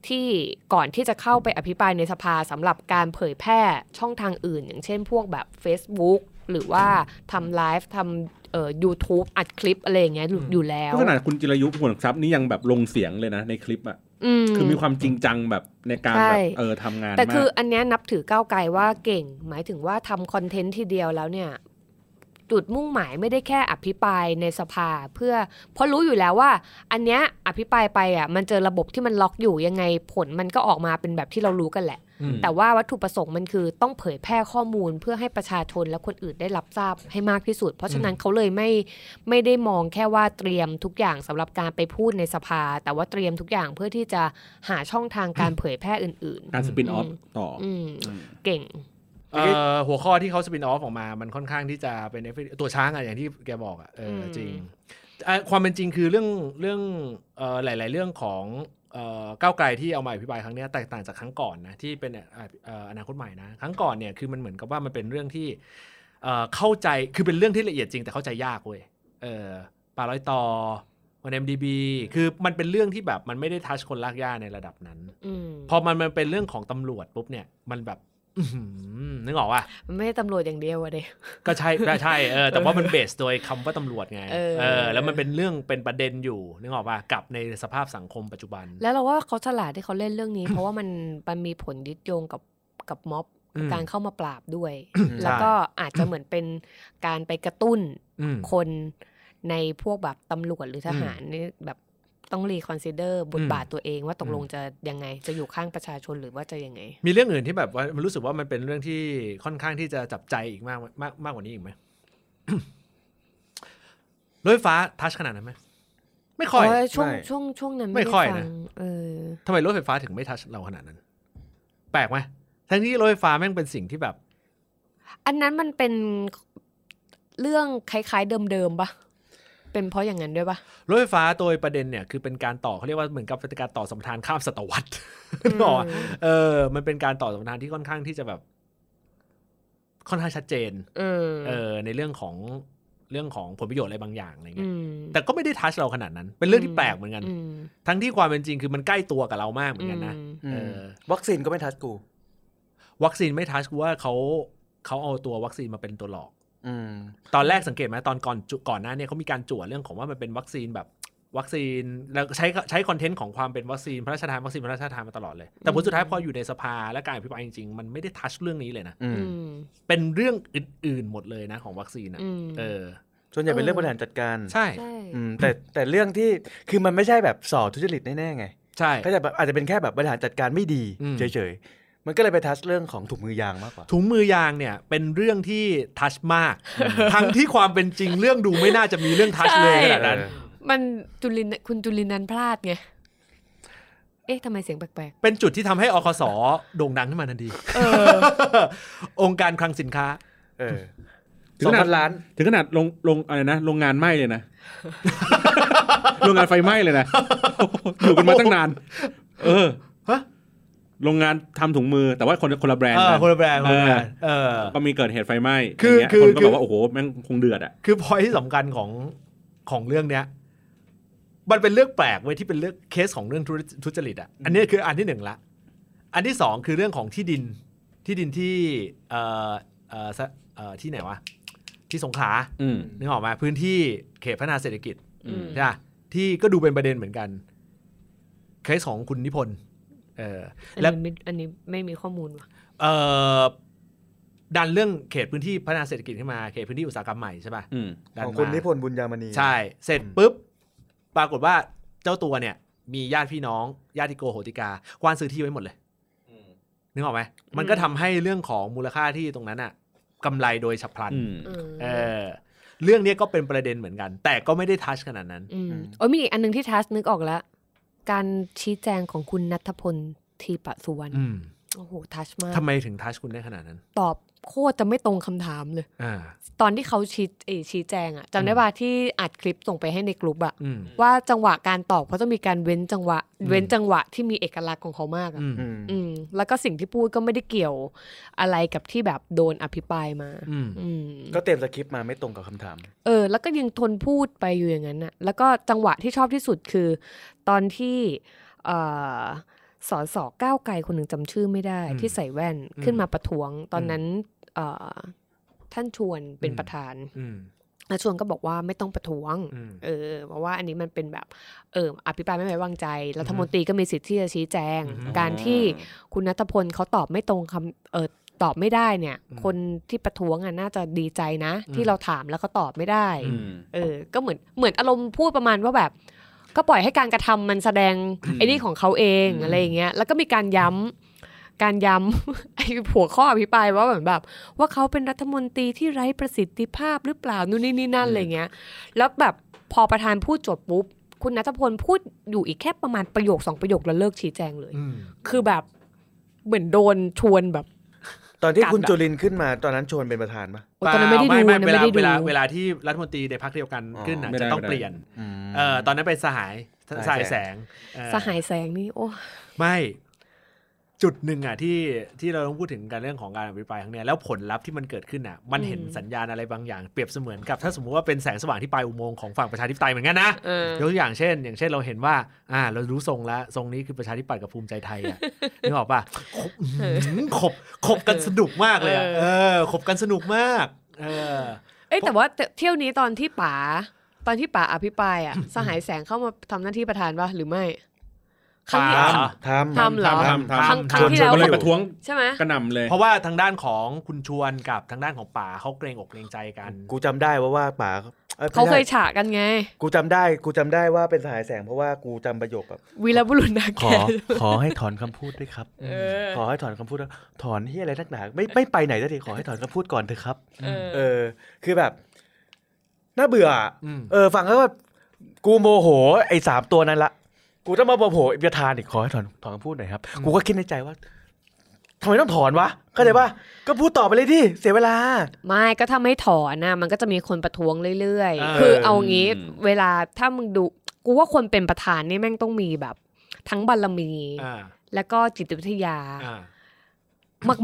ที่ก่อนที่จะเข้าไปอภิปรายในสภาสำหรับการเผยแพร่ช่องทางอื่น อย่างเช่นพวกแบบ Facebook หรือว่าทำไลฟ์ทำเอ่อ YouTube อัดคลิปอะไรอย่างเงี้ยอยู่อยู่แล้ว
ก็ขนาดคุณจิรายุห่วงทรัพย์นี่ยังแบบลงเสียงเลยนะในคลิปอ่ะ
อืม
คือมีความจริงจังแบบในการ
ใช่
แบบเออทำงาน
แต่
มา
คือก อันเนี้ยนับถือก้าวไกลว่าเก่ง หมายถึงว่าทำคอนเทนต์ทีเดียวแล้วเนี่ย จุดมุ่งหมายไม่ได้แค่อภิปรายในสภาเพื่อ เพราะรู้อยู่แล้วว่า อันเนี้ยอภิปรายไปอ่ะมันเจอระบบที่มันล็อกอยู่ยังไงผลมันก็ออกมาเป็นแบบที่เรารู้กันแหละ
อืม
แต่ว่าวัตถุประสงค์มันคือต้องเผยแพร่ข้อมูลเพื่อให้ประชาชนและคนอื่นได้รับทราบให้มากที่สุด เพราะฉะนั้นเขาเลยไม่ไม่ได้มองแค่ว่าเตรียมทุกอย่างสำหรับการไปพูดในสภา แต่ว่าเตรียมทุกอย่างเพื่อที่จะหาช่องทางการเผยแพร่อื่นๆ
การสปินออฟต่ออ
อืมเก่ง
เอ่อหัวข้อที่เขาสปินออฟออกมา มันค่อนข้างที่จะเป็น effect ตัวช้างอะอย่างที่แกบอกอะเอออ
ม
จริงเอ่อความเป็นจริงคือเรื่องเรื่องเอ่อหลาย ๆ เรื่องของเอ่อก้าวไกลที่เอามาอภิปรายครั้งเนี้ยแตกต่างจากครั้งก่อนนะที่เป็นเอ่อเอ่ออนาคตใหม่นะครั้งก่อนเนี่ยคือมันเหมือนกับว่ามันเป็นเรื่องที่เอ่อเข้าใจคือเป็นเรื่องที่ละเอียดจริงแต่เข้าใจยากเว้ยเออปลาร้อยต่อวันเอ็มดีบีคือมันเป็นเรื่องที่แบบมันไม่ได้ทัชคนลากย่าในระดับนั้น
อืม
พอมันมันเป็นเรื่องของตำรวจปุ๊บเนี่ยมันแบบอื้อหือนึกออกว่า
มันไม่ได้ตำรวจอย่างเดียวอะเด
ก็ใช่ก็ใช่เออแต่ว่ามันเบสโดยคำว่าตำรวจไง
เออ
แล้วมันเป็นเรื่องเป็นประเด็นอยู่นึกออกป่ะกับในสภาพสังคมปัจจุบัน
แล้วเราว่าเขาฉลาดที่เขาเล่นเรื่อง นี้ เพราะว่ามันมันมีผลยึดโยงกับกับม็อบ
อืม
การเข้ามาปราบด้วย
ใช่
แล้วก็อาจจะเหมือนเป็นการไปกระตุ้น
อืม
คนในพวกแบบตำรวจหรือทหารนี่แบบต้องรีคอนซิเดอร์บทบาทตัวเองว่าตกลงจะยังไง จะอยู่ข้างประชาชนหรือว่าจะยังไง
มีเรื่องอื่นที่แบบว่ามันรู้สึกว่ามันเป็นเรื่องที่ค่อนข้างที่จะจับใจอีกมากมากมากกว่านี้อีกไหม รถไฟฟ้าทัชขนาดนั้นไหมไม่ค่อย
เพราะว่าช่วง
ไม่
ช่วงช่วงนั้น
ไม่
ไม่ได้
ค่อย
ฟั
นะ
งเออ
ทำไมรถไฟฟ้าถึงไม่ทัชเราขนาดนั้น แปลกไหมทั้งที่รถไฟฟ้าแม่งเป็นสิ่งที่แบบ
อันนั้นมันเป็นเรื่องคล้าย ๆ เดิมๆปะเป็นเพราะอย่างนั้นด้วยปะ
รถไฟฟ้าโดยประเด็นเนี่ยคือเป็นการต่อเขาเรียกว่าเหมือนกับเป็นการต่อสัมพันธ์ข้ามศตวรรษ หรอเออ มันเป็นการต่อสัมพันธ์ที่ค่อนข้างที่จะแบบ ค่อนข้างชัดเจน
เออ
เออ ในเรื่องของเรื่องของผลประโยชน์อะไรบางอย่างอะไร
อื
เงี้ย
ม
แต่ก็ไม่ได้ทัชเราขนาดนั้น เป็นเรื่องที่แปลกเหมือนกัน
อืม
ทั้งที่ความเป็นจริงคือมันใกล้ตัวกับเรามากเหมือนกันนะ
อืม
เออ
วัคซีนก็ไม่ทัชกู
วัคซีนไม่ทัชกูว่าเขาเขาเอาตัววัคซีนมาเป็นตัวหลอก
อืม
ตอนแรกสังเกตไหมตอนก่อนจุก่อนหน้าเนี่ยเขามีการจั่วเรื่องของว่ามันเป็นวัคซีนแบบวัคซีนแล้วใช้ใช้คอนเทนต์ของความเป็นวัคซีนพระราชทานวัคซีนพระราชทานมาตลอดเลย แต่ผลสุดท้ายพออยู่ในสภาและการอภิปรายจริงๆ มันไม่ได้ทัชเรื่องนี้เลยนะ
อืม
อืม
เป็นเรื่องอื่นๆหมดเลยนะของวัคซีนอะ
อืม
เออ
ส่วนใหญ่เป็นเรื่องบริหารจัดการ
ใช่
ใช่
อืมแต่แต่เรื่องที่คือมันไม่ใช่แบบส่อทุจริตแน่ๆไง
ใช่
ก็จะแบบอาจจะเป็นแค่แบบบริหารจัดการไม่ดี
อืม
เฉยๆ มันก็เลยไปทัชเรื่องของถุงมือยางมากกว่า
ถุงมือยางเนี่ยเป็นเรื่องที่ทัชมาก ทั้งที่ความเป็นจริงเรื่องดูไม่น่าจะมีเรื่องทัชเลยขนาดนั้น
มันจุลินคุณจุลินนันท์พลาดไงเอ๊ะทำไมเสียงแปลก
เป็นจุดที่ทำให้อคสโด่งดังขึ้นมาทันทีองค์การคลังสินค้า
เออ
ถึง
สอง
ขนา
พั
ด
นล้าน
ถึงขนาดลงลงอะไรนะโรงงานไหม้เลยนะ โรงงานไฟไหม้เลยนะ อยู่กันมาตั้งนาน เออ
ฮะ
โรงงานทำถุงมือแต่ว่าคนคนละแบรนด์
เออ
กัน
คนละแบรนด์คนละแบรนด์
เออ
เออ
ก็มีเกิดเหตุไฟไหม้
คือ
อย่างเงี้ย
คือ
คนก็
คื
บ
อ
อกว่าโอ้โหแม่งคงเดือดอ่ะ
คือพอยที่สำคัญของของเรื่องเนี้ย มันเป็นเรื่องแปลกเว้ยที่เป็นเรื่องเคสของเรื่องทุทุจริตอ่ะอันนี้คืออันที่หนึ่งละ อันที่สองคือเรื่องของที่ดินที่ดินที่เอ่อเอ่อสะเอ่อที่ไหนวะที่สงขลา
อืม
นึกออกไหมาพื้นที่เขตพัฒนาเศรษฐกิจ
อืม
ใช่ปะที่ก็ดูเป็นประเด็นเหมือนกัน เคสของคุณนิพนธ์เออ
อัน
และ
นี้ไม่อันนี้ไม่มีข้อมูลว่ะ
เอ่อดันเรื่องเขตพื้นที่พัฒนาเศรษฐกิจขึ้นมาเขตพื้นที่อุตสาหกรรมใหม่ใช่ป่ะ
อืม
ดั
ของ
มา
คุณนิพนธ์บุญยามณี
ใช่ เสร็จปุ๊บ ปรากฏว่าเจ้าตัวเนี่ย มีญาติพี่น้อง ญาติโกโหติกาควานซื้อที่ไว้หมดเลยนึกออกไหมมันก็ทำให้เรื่องของมูลค่าที่ตรงนั้นอะกำไรโดยฉับพลัน
อืม
อืม
เออเรื่องเนี้ยก็เป็นประเด็นเหมือนกัน แต่ก็ไม่ได้ทัชขนาดนั้น
อืมโอ้ยมีอีกอันหนึงที่ทัสนึกออกแล้ว การชี้แจงของคุณนัทพลทีปะสุวรรณ
อืม
โอ้โหทัชมาก
ทำไมถึงทัชคุณได้ขนาดนั้น
ตอบโคตรจะไม่ตรงคำถามเลย
อ่า
ตอนที่เขาชี้เอ่ยชี้แจงอะจำได้ป่ะที่อัดคลิปส่งไปให้ในกลุ่มอะ
อืม
ว่าจังหวะการตอบเขาจะมีการเว้นจังหวะ เว้นจังหวะที่มีเอกลักษณ์ของเขามากอะ
อืม
อืม
อืม แล้วก็สิ่งที่พูดก็ไม่ได้เกี่ยวอะไรกับที่แบบโดนอภิปรายมา
อืม
อืม
ก็เต็มสคริปต์มาไม่ตรงกับคำถาม
เออแล้วก็ยังทนพูดไปอยู่อย่างนั้นน่ะแล้วก็จังหวะที่ชอบที่สุดคือ ตอนที่เอ่อสอสอก้าวไกลคนหนึ่งจำชื่อไม่ได้ ที่ใส่แว่นขึ้นมาประท้วง ตอนนั้นเอ่อท่านชวนเป็นประธาน
อืม
อาชวนก็บอกว่าไม่ต้องประท้วง
อืม
เออเพราะว่าอันนี้มันเป็นแบบเอออภิปรายไม่ไว้วางใจรัฐมนตรีก็มีสิทธิ์ที่จะชี้แจง
อืม
การที่คุณนัทพลเขาตอบไม่ตรงคำเออตอบไม่ได้เนี่ย คนที่ประท้วงอ่ะน่าจะดีใจนะ ที่เราถามแล้วเขาตอบไม่ได้
อืม
เออ ก็เหมือนเหมือนอารมณ์พูดประมาณว่าแบบ ก็ปล่อยให้การกระทำมันแสดงไอ้นี่ของเขาเองอะไรอย่างเงี้ย แล้วก็มีการย้ำการย้ำ ไอ้หัวข้ออภิปรายว่าเหมือนแบบ ว่าเขาเป็นรัฐมนตรีที่ไร้ประสิทธิภาพหรือเปล่านู่นนี่นี่นั่นอะไรเงี้ย แล้วแบบพอประธานพูดจบปุ๊บ คุณนัทพลพูดอยู่อีกแค่ประมาณประโยคสองประโยคแล้วเลิกชี้แจงเลย
อืม
คือแบบเหมือนโดนชวนแบบ
ตอนที่คุณจุลินขึ้นมาตอนนั้นชวนเป็นประธานปะ
โอ๊ยตอนนั้นไม่ได้ดูนะไม่ได้ดู
เวลาเวลาเวลาที่รัฐมนตรีในพักเดียวกัน
อ๋อ
ขึ้นอ่ะ
ไม่ได้
จะต้อง
ไม่ได้
เปลี่ยนเออตอนนั้นไปสหายสายแสงเออ
สหายแสงนี่โอ้
ไม่จุดหนึ่งอ่ะที่ที่เราต้องพูดถึงการเรื่องของการอภิปรายครั้งเนี้ยแล้วผลลัพธ์ที่มันเกิดขึ้นอ่ะ มันเห็น
อืม
สัญญาณอะไรบางอย่างเปรียบเสมือนกับ ถ้าสมมติว่าเป็นแสงสว่างที่ปลายอุโมงค์ของฝั่งประชาธิปไตยเหมือนกันนะ
เออ
ยกตัวอย่างเช่น อย่างเช่นเราเห็นว่า อ่า เรารู้ทรงแล้วทรงนี้คือประชาธิปัตย์กับภูมิใจไทยอ่ะนึกออกปะขบขบขบกันสนุกมากเลยอะเออขบกันสนุกมาก เออ
เอ้ยแต่ว่าเที่ยวนี้ตอนที่ป๋าตอนที่ป๋าอภิปรายอ่ะ สหายแสงเข้ามาทำหน้าที่ประธานป่ะหรือไม่ครั้งที่
ป๋า
อ่ะ
ทำ
ทำเหรอ
ทำทำ
ครั้ง
ทำ
ครั้งที่แล้ว
ก็เลย
ขา
ประท้วง
ใช่ไหม
กระหน่ำเลย
เพราะว่าทางด้านของคุณชวนกับทางด้านของป๋าเขาเกรงอกเกรงใจกัน
กูจำได้ว่าว่าป๋าอ้ไม่
เขาเคย
ใช่
ฉากกันไง
กูจำได้ กูจำได้ว่าเป็นสายแสงเพราะว่ากูจำประโยคแบบ
วีรบุรุษนา
ข
แก
อขอให้ถอนคำพูดด้วยครับ
เออ
ขอให้ถอนคำพูดด้วยถอนที่อะไรนักหนาไม่ไม่ไปไหนสักทีขอให้ถอนคำพูดก่อนเถอะครับ
เออ
เออ คือแบบ น่าเบื่ออะเออ ฟังแล้วแบบกูโมโห ไอ้สามตัวนั้นละ กูต้องมาโมโหไอ้ประธานอีกขอให้ถอนถอนคำพูดหน่อยครับ กูก็คิดในใจว่าทำไมต้องถอนวะเข้าใจปะก็พูดต่อไปเลยดิเสียเวลา
ไม่ก็ถ้าไม่ถอนนะมันก็จะมีคนประท้วงเรื่อย
เออ
ๆ คือเอางี้
อืม
เวลาถ้ามึงดูกูว่าคนเป็นประธานนี่แม่งต้องมีแบบ ทั้งบารมี
อ่า
แล้วก็จิตวิทยา
อ่า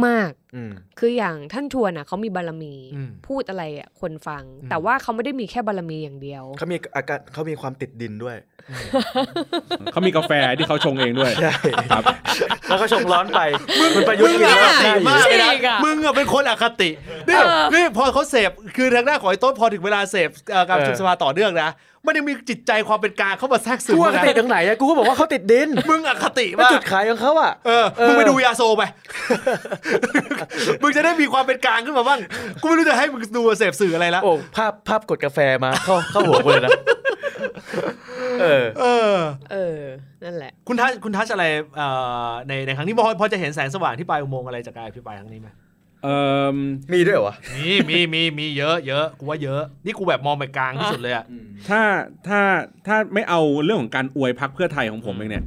มากๆ
อืม
คืออย่างท่านชวนอ่ะเขามีบารมี
อืม
พูดอะไรอ่ะคนฟัง
อืม
แต่ว่าเขาไม่ได้มีแค่บารมีอย่างเดียว
เขามีอาการเขามีความติดดินด้วย
เขามีกาแฟที่เขาชงเองด้วย
ใช่
ครับ
แล้วก็ชงร้อนไป มันประยุทธ์กินแล้ว
มึงอะ
ได้
ดี
อยู่
มากเลย
จ
นะ
ริงอะ
มึงอะเป็นคนอคตินี่นี่พอเขาเสพคือทางด้านของไอ้โต้นพอถึงเวลาเสพเอ่อการประชุมสภาต่อเนื่องนะมันยังมีจิตใจความเป็นกลางเข้ามาแทรกซึม
กูว่า
นะ
ติดตรงไหนอะกูก็บอกว่าเขาติดดิน
มึงอคติ
มัน
มาก
จุดขายของเขาอะ
เออมึงไปดูยาโซไป มึงจะได้มีความเป็นกลางขึ้นมาบ้างกูไม่รู้จะให้มึงดูเสพสื่ออะไรละ
โอ้ภาพภาพกดกาแฟมาเข้าเข้าหัวกูเลยนะ เออ
เออ
เออ นั่นแหละ
คุณทัชคุณทัชอะไรเอ่อในในครั้งนี้พอพอจะเห็นแสงสว่างที่ปลายอุโมงค์อะไรจากการอภิปรายครั้งนี้ไหม
เอ่ม
มีด้วยเหรอวะ
มีมีมีมีเยอะเยอะกูว่าเยอะ นี่กูแบบมองไปกลางที่สุดเลยอะ
ถ้าถ้าถ้าไม่เอาเรื่องของการอวยพักเพื่อไทยของผมเองเนี่ย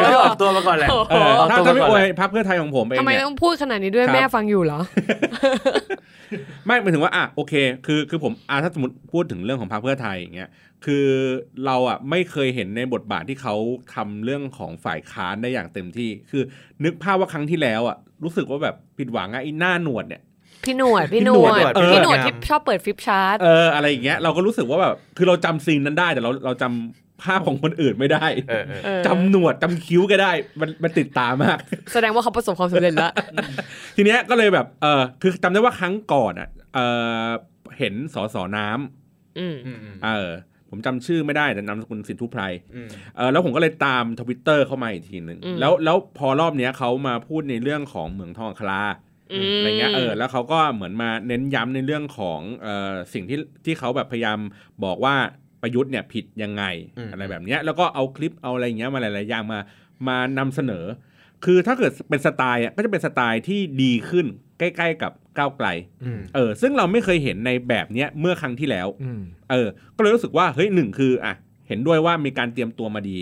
ก็ได้ออกตัวมาก่อนแหละ
เออถ้าถ้าไม่อวยพักเพื่อไทยของผมเอง
ทำไม
เนี่ย
ต้องพูดขนาดนี้ด้วย
ครับ
แม่ฟังอยู่เหรอ
ไม่หมายถึงว่าอ่ะโอเค คือคือผมอ่ะถ้าสมมติพูดถึงเรื่องของพรรคเพื่อไทยอย่างเงี้ยคือเราอ่ะไม่เคยเห็นในบทบาทที่เขาทำเรื่องของฝ่ายค้านได้อย่างเต็มที่ คือ นึกภาพว่าครั้งที่แล้วอ่ะรู้สึกว่าแบบผิดหวังอ่ะไอ้หน้าหนวดเนี่ย
พี่หนวดพี่หนวด
พี่หนวด
พี่หนวด
เออ
ที่ชอบเปิดฟลิปชาร์ต
เอออะไรอย่างเงี้ยเราก็รู้สึกว่าแบบคือเราจำซีนนั้นได้แต่เราเราจำภาพของคนอื่นไม่ได้
เออเออ
เออ
จำหนวดจำคิ้วก็ได้มันมันติดตามาก
แสดงว่าเขาประสบความสำเร็จละ
ทีเนี้ยก็เลยแบบเออคือจำได้ว่าครั้งก่อนอ่ะเออเห็นสอสอน้ำ
อืม
อืมอืม
เออผมจำชื่อไม่ได้แต่นามสกุลสินทุไพร
อืม
เออแล้วผมก็เลยตามทวิตเตอร์เข้ามาอีกทีหนึ่ง
อืม
แล้วแล้วพอรอบเนี้ยเขามาพูดในเรื่องของเหมืองทองอังคลา
ม
อะไรเงี้ยเออแล้วเขาก็เหมือนมาเน้นย้ำในเรื่องของเออสิ่งที่ที่เขาแบบพยายามบอกว่าประยุทธ์เนี่ยผิดยังไง
อืม
อะไรแบบเนี้ยแล้วก็เอาคลิปเอาอะไรอย่างเงี้ยมาหลาย ๆ อย่างมามานำเสนอ คือถ้าเกิดเป็นสไตล์อ่ะก็จะเป็นสไตล์ที่ดีขึ้นใกล้ๆกับก้าวไกล
อืม
เออซึ่งเราไม่เคยเห็นในแบบเนี้ยเมื่อครั้งที่แล้ว
อืม
เออ ก็เลยรู้สึกว่า เฮ้ยหนึ่งคืออ่ะเห็นด้วยว่ามีการเตรียมตัวมาดี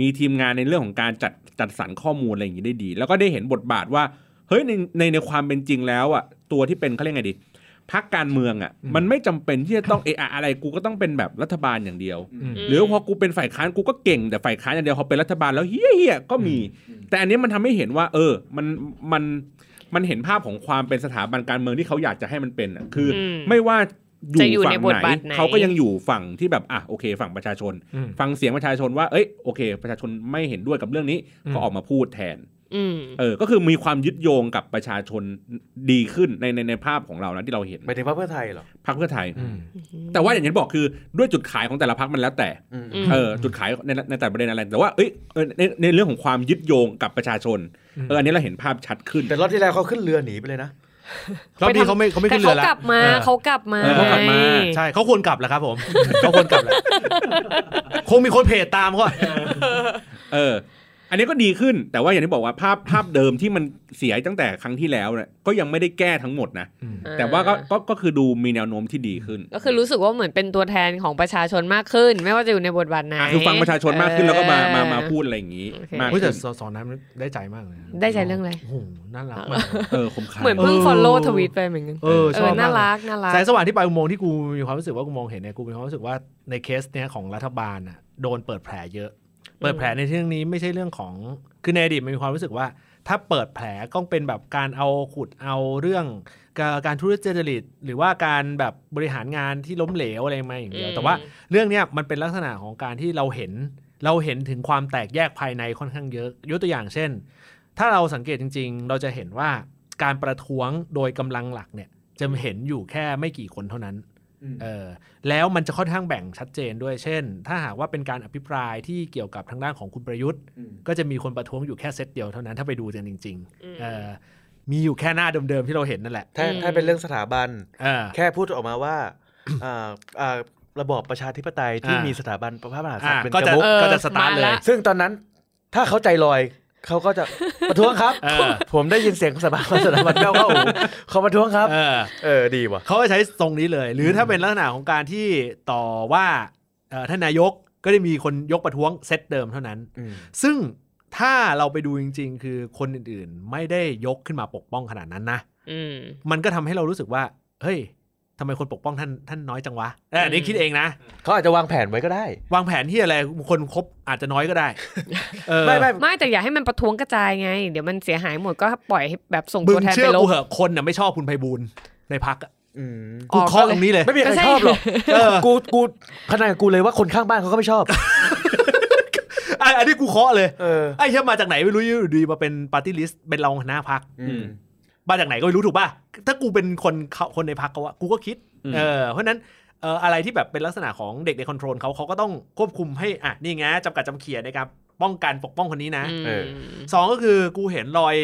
มีทีมงานในเรื่องของการจัดจัดสรรข้อมูลอะไรอย่างนี้ได้ดี แล้วก็ได้เห็นบทบาทว่า เฮ้ยในในในความเป็นจริงแล้วอ่ะ ตัวที่เป็นเขาเรียกไงดี พักการเมืองอ่ะ
อืม
มันไม่จำเป็นที่จะต้องเอะอะอะไร กูก็ต้องเป็นแบบรัฐบาลอย่างเดียว
อืม
ม
หรือพอกูเป็นฝ่ายค้านกูก็เก่งแต่ฝ่ายค้านอย่างเดียวพอเป็นรัฐบาลแล้วเฮี้ยเฮี้ยก็มี แต่อันเนี้ยมันทำให้เห็นว่า เออ มันมันมันเห็นภาพของความเป็นสถาบันการเมืองที่เขาอยากจะให้มันเป็นอะคืออ
ม
ไม่ว่าอ
จะอยู่
ยู่
ใน
ฝั่
บ
ง
ท
ไหน
บาทไหน
เขาก็ยังอยู่ฝั่งที่แบบอ่ะโอเค ฝั่งประชาชน
อืม
ฟังเสียงประชาชนว่าเอ้ยโอเค ประชาชนไม่เห็นด้วยกับเรื่องนี้
อืม
ก็ออกมาพูดแทน
อืม
เออ ก็คือมีความยึดโยงกับประชาชนดีขึ้นในในในภาพของเรานะที่เราเห็น
หมายถึงพรรคเพื่อไทยเหรอ
พรรคเพื่อไทย
อืม
แต่ว่าอย่างที่บอกคือด้วยจุดขายของแต่ละพรรคมันแล้วแต่
อืม
อืม
เออจุดขายในในแต่ละประเด็นอะไรแต่ว่าเอ้ยเออในในเรื่องของความยึดโยงกับประชาชน
อืม
เอออันนี้เราเห็นภาพชัดขึ้น
แต่รอบที่แล้วเขาขึ้นเรือหนีไปเลยนะ
รอบนี้เขาไม่เขาไม่
แต่
ขึ้นเรื
เขา
อแล้ว
กลับมา
ออ
เขากลับมา
เออเขากลับมา
ใช่เขาควรกลับแหละ ครับผม เขาควรกลับแหละคงมีคนเพจตามเขาอะ
เออ อันนี้ก็ดีขึ้น แต่ว่าอย่างที่บอกว่าภาพภาพเดิมที่มันเสียตั้งแต่ครั้งที่แล้วเนี่ยก็ยังไม่ได้แก้ทั้งหมดนะแต่ว่าก็ก็ก็คือดูมีแนวโน้มที่ดีขึ้น
ก็คือรู้สึกว่าเหมือนเป็นตัวแทนของประชาชนมากขึ้น ไม่ว่าจะอยู่ในบทบาทไหน
อ่ะคือฟังประชาชนมากขึ้นแล้วก็มามามาพูดอะไรอย่างนี้
โอเค
มาก
เฮ้ยแต่
ขึ้น
สสอนน้ำได้ใจมากเลยนะ
ได้ใจเรื่องอะไร
โอ้โหน่ารักมาก
เออคมคาย
เหมือนเพิ่ง follow ทวีตไปเหมือนกัน
เออชอบมาก
น่ารักน่ารัก
สายสว่างที่ไปลายอุโมงค์ที่กูมีความรู้สึกว่ากูมองเห็นเนี่ยกูมีความรู้สึกว่าในเคสเนี้ยของรัฐบาลอ่ะโดนเปิดแผลเยอะ เปิดแผลในเรื่องนี้ไม่ใช่เรื่องของคือในอดีตมันมีความรู้สึกว่า ถ้าเปิดแผลก็เป็นแบบการเอาขุดเอาเรื่องการการทุจริตหรือว่าการแบบบริหารงานที่ล้มเหลวอะไรมาอย่างเดียว
อืม
แต่ว่าเรื่องเนี้ยมันเป็นลักษณะของการที่เราเห็น เราเห็นถึงความแตกแยกภายในค่อนข้างเยอะยกตัวอย่างเช่น ถ้าเราสังเกตจริง ๆ เราจะเห็นว่าการประท้วงโดยกำลังหลักเนี่ย จะเห็นอยู่แค่ไม่กี่คนเท่านั้น เออแล้วมันจะค่อนข้างแบ่งชัดเจนด้วย เช่น ถ้าหากว่าเป็นการอภิปรายที่เกี่ยวกับทางด้านของคุณประยุทธ์ ก็จะมีคนประท้วงอยู่แค่เซตเดียวเท่านั้น ถ้าไปดูกันจริง
อืม
ๆเออมีอยู่แค่หน้าเดิมๆที่เราเห็นนั่นแหละ
ถ้า
อืม
ถ้าเป็นเรื่องสถาบัน
เออ
แค่พูดออกมาว่าอ่าอ่าระบอบประชาธิปไตยที่
อ่ามี
มีสถาบันพระมหากษัต
อ่ะ
ริย์เป็น
ก็
ก
จะ
ระมุก
เออ
ก็จะสตาร์ทเล
มาละ
ย
ซึ่งตอนนั้นถ้าเขาใจลอยเขาก็จะประท้วงครับ
เออ
ผมได้ยินเสียงสถาบัน สถาบันแก้วเข้าหูเขาประท้วงครับ
เออ
เออดีว่ะ
เขาจะใช้ทรงนี้เลย หรือถ้าเป็นลักษณะของการที่ต่อว่าเอ่อท่านนายกก็ได้มีคนยกประท้วงเซตเดิมเท่านั้น ซึ่งถ้าเราไปดูจริง ๆ คือคนอื่นๆ ไม่ได้ยกขึ้นมาปกป้องขนาดนั้นนะ
อืม
มันก็ทำให้เรารู้สึกว่า เฮ้ยทำไมคนปกป้องท่านท่านน้อยจังวะเอออันนี้
อืม
คิดเองนะ
เขาอาจจะวางแผนไว้ก็ได้
วางแผนที่อะไรคนครบอาจจะน้อยก็ ได้เออ
ไม่ไม่
ไม่แต่อย่าให้มันประท้วงกระจายไง เดี๋ยวมันเสียหายหมดก็ปล่อยให้แบบส่ง
มึ
ตัว
ง
แทน
เชื่
ไป
อ
ล
กู
บ
เหอะคนน่ะไม่ชอบคุณไพบูลย์ในพัก
อืม
กู
ออก
เคาะ
เลย
ตรงนี้เลย
ไม่มีใครชอบหรอก
เออ
กูกูขนาดกูเลยว่าคนข้างบ้านเขาก็ไม่ชอบ
อ่ะอันนี้กูเคาะเลย
เออ
ไอ้เชี่ยมาจากไหนไม่รู้อยู่ดีมาเป็นปาร์ตี้ลิสต์เป็นรองหัวหน้าพัก
อืม
มาจากไหนก็ไม่รู้ถูกป่ะ ถ้ากูเป็นคนเขาคนในพักเขาอะกูก็คิด
อืม
เออ เพราะฉะนั้นเอออะไรที่แบบเป็นลักษณะของเด็กในคอนโทรลเขาเขาก็ต้องควบคุมให้ อ่ะ นี่ไงจำกัดจำเขียในการป้องกันปกป้องคนนี้นะ
อืม
เออ
สองก็คือกูเห็นรอย